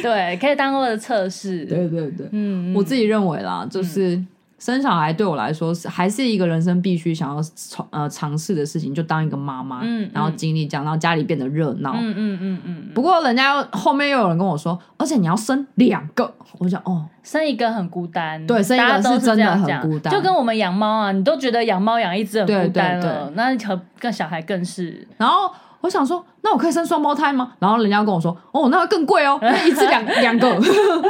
B: 对，可以当做的测试。
A: 对对对对，
B: 嗯，嗯嗯
A: 我自己认为啦，就是。生小孩对我来说是还是一个人生必须想要尝呃尝试的事情，就当一个妈妈，
B: 嗯嗯
A: 然后经历这样，然后家里变得热闹。
B: 嗯嗯嗯嗯，
A: 不过人家又后面又有人跟我说，而且你要生两个，我想哦，
B: 生一个很孤单，
A: 对生一个
B: 大家都
A: 是真的
B: 这样
A: 很
B: 讲
A: 孤单
B: 就跟我们养猫啊，你都觉得养猫养一只很
A: 对
B: 孤
A: 对
B: 单了，那和跟小孩更是，
A: 然后我想说，那我可以生双胞胎吗？然后人家跟我说，哦，那会更贵哦，那一次
B: [LAUGHS]
A: 两两个，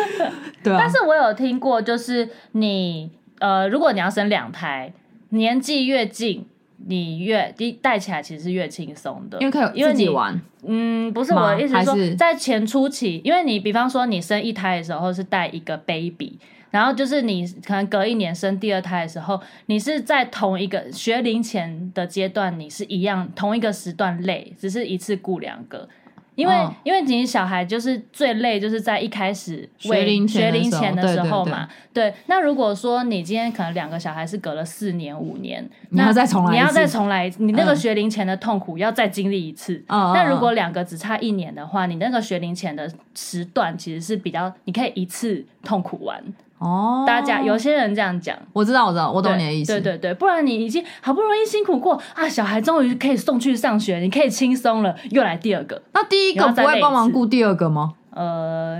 A: [LAUGHS] 对啊，
B: 但是我有听过，就是你呃，如果你要生两胎，年纪越近，你越你带起来其实是越轻松的，
A: 因为可以
B: 因为
A: 自己
B: 你
A: 玩，
B: 嗯，不是
A: 吗
B: 我的意思是
A: 还
B: 说，
A: 是
B: 在前初期，因为你比方说你生一胎的时候是带一个 baby，然后就是你可能隔一年生第二胎的时候，你是在同一个学龄前的阶段，你是一样同一个时段累，只是一次雇两个。因为、
A: 嗯
B: 因为你小孩就是最累，就是在一开始
A: 学
B: 喂
A: 龄前的
B: 学龄
A: 时候
B: 前的
A: 对
B: 时
A: 对
B: 候
A: 对
B: 嘛，对。那如果说你今天可能两个小孩是隔了四年五年，
A: 你要
B: 那
A: 再重来
B: 你
A: 一
B: 要
A: 次
B: 再重来，你那个
A: 嗯
B: 学龄前的痛苦要再经历一次。
A: 嗯
B: 那
A: 嗯
B: 如
A: 嗯
B: 果两个只差一年的话，你那个学龄前的时段其实是比较，你可以一次痛苦完。
A: 哦，
B: 大家有些人这样讲，
A: 我知道，我知道，我
B: 我
A: 懂你的意思，
B: 对对对，不然你已经好不容易辛苦过啊，小孩终于可以送去上学，你可以轻松了，又来第二个。
A: 那第一个不会帮忙顾第二个吗？
B: 呃，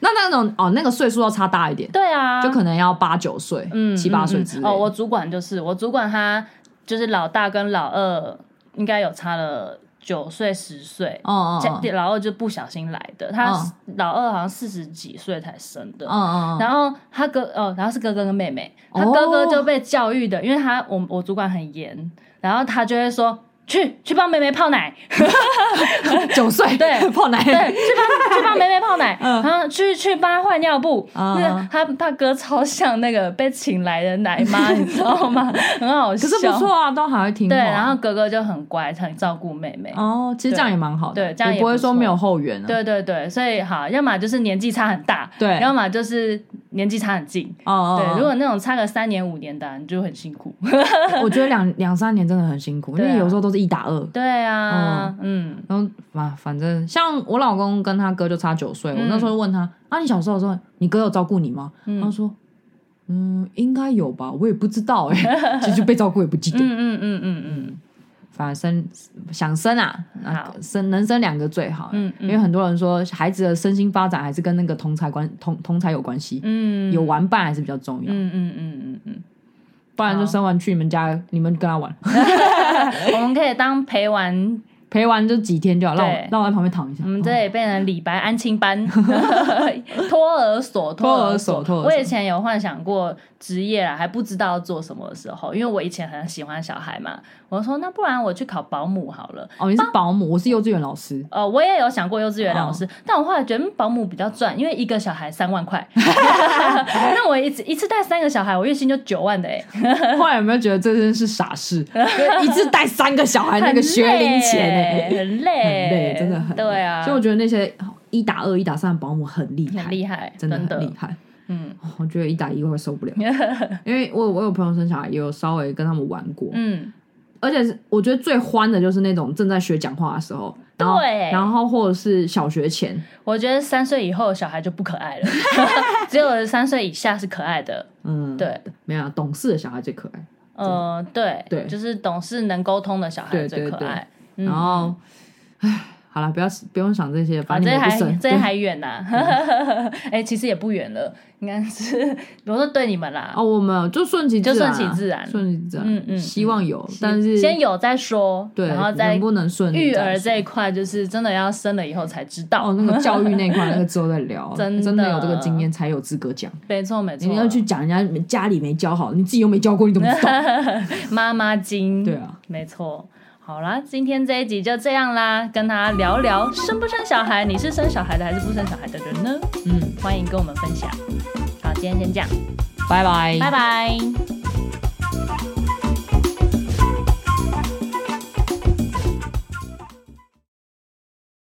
A: 那那种哦，那个岁数要差大一点，
B: 对啊，
A: 就可能要八九岁，
B: 嗯
A: 七八岁
B: 嗯嗯
A: 之类的。
B: 哦，我主管就是我主管，他就是老大跟老二应该有差了九岁十岁。
A: 嗯
B: 这
A: 嗯嗯
B: 老二就不小心来的，他
A: 嗯
B: 老二好像四十几岁才生的，
A: 嗯嗯嗯，
B: 然后他哥哦，然后是哥哥跟妹妹，他
A: 哦
B: 哥哥就被教育的，因为他我我主管很严，然后他就会说去去帮梅梅泡奶， [LAUGHS]
A: 九岁 [LAUGHS]
B: 对
A: 泡奶，
B: 对，去帮去帮梅梅泡奶，
A: 嗯
B: 然后去去帮她换尿布。
A: 嗯
B: 那
A: 嗯
B: 他他哥超像那个被请来的奶妈，你知
A: [LAUGHS]
B: 道吗？很好笑。
A: 可是不错啊，都还会听话。
B: 对，然后哥哥就很乖，很照顾妹妹。
A: 哦，其实这样也蛮好的，
B: 对这样
A: 也
B: 也
A: 不会
B: 不错
A: 说没有后援啊。
B: 对对对，所以好，要么就是年纪差很大，
A: 对
B: 要么就是年纪差很近。
A: 哦哦，哦
B: 对，如果那种差个三年五年的啊、你就很辛苦。
A: 我觉得两两三年真的很辛苦，因
B: 对啊
A: 为有时候都是一打二。
B: 对啊，嗯，
A: 然后反反正像我老公跟他哥就差九岁，我那时
B: 嗯
A: 候就问他啊，你小时候的时候，你哥有照顾你吗？他说，嗯，应该有吧，我也不知道哎， [LAUGHS] 其实被照顾也不记得，
B: 嗯嗯嗯嗯嗯
A: 反正生想生啊，啊
B: 好
A: 生能生两个最好，
B: 嗯嗯
A: 因为很多人说孩子的身心发展还是跟那个同才关同同才有关系，
B: 嗯，
A: 有玩伴还是比较重要，
B: 嗯嗯嗯嗯嗯，
A: 不然就生完去你们家，你们跟他玩， [LAUGHS]
B: 我们可以当陪玩，
A: 陪完就几天就好，让我
B: 对
A: 让我在旁边躺一下，嗯
B: 我们这里变成李白安亲班， [LAUGHS] 托儿所，
A: 托
B: 儿
A: 儿所托儿所
B: 我以前有幻想过职业啦，还不知道做什么的时候，因为我以前很喜欢小孩嘛，我说那不然我去考保姆好了。
A: 哦，你是保姆，我是幼稚园老
B: [LAUGHS]
A: 师，
B: 呃，我也有想过幼稚园老师，但我后来觉得嗯保姆比较赚，因为一个小孩三万块， [LAUGHS] 那我一次一次带三个小孩，我月薪就九万的哎、
A: 后来有没有觉得这真是傻
B: [LAUGHS]
A: 事？因为一次带三个小啊孩，那个学龄前
B: 欸，
A: 欸
B: 很
A: 很
B: 累，
A: 累，真的很累
B: 对啊，
A: 所以我觉得那些一打二、一打三的保姆很厉害，
B: 很厉害，
A: 真
B: 真
A: 的很厉害。
B: 嗯
A: [LAUGHS] 哦我觉得一打一会受不了，因为我我有朋友生小孩，也有稍微跟他们玩过，
B: 嗯，
A: 而且是我觉得最欢的就是那种正在学讲话的时候，然后
B: 对
A: 然后或者是小学前，
B: 我觉得三岁以后的小孩就不可
A: [LAUGHS]
B: 爱了，只有三岁以下是可爱的，
A: 嗯，，
B: 对，
A: 没有啊懂事的小孩最可爱，
B: 呃，对，
A: 对
B: 就是懂事能沟通的小孩
A: 对
B: 最可爱。嗯
A: 然后，唉，好了，不要不用想这些，
B: 啊，
A: 反正
B: 这
A: 你们也
B: 还
A: 不生，
B: 这
A: 对
B: 还远呐、 [LAUGHS] 哎、其实也不远了，应该
A: [LAUGHS]
B: 是我说对你们啦，
A: 哦，我们就顺其
B: 就
A: 自然啊，
B: 顺其自然
A: 顺其自然。
B: 嗯嗯
A: 希望有，
B: 先
A: 但是
B: 先有再说，
A: 对，
B: 然后再
A: 能不能顺
B: 育儿
A: 这
B: 这一块，就是真的要生了以后才知
A: 哦，
B: 道。
A: 那个教育那一
B: [LAUGHS]
A: 块，那个之后再聊。
B: 真的
A: 真的有这个经验才有资格讲，
B: 没错没错，
A: 你要去讲人家家里没教好，你自己又没教过，你怎么知道？
B: [LAUGHS] 妈妈经，
A: 对啊，
B: 没错。好啦，今天这一集就这样啦，跟大家聊聊生不生小孩，你是生小孩的还是不生小孩的人呢？
A: 嗯，
B: 欢迎跟我们分享。好，今天先这样，
A: 拜拜，
B: 拜拜。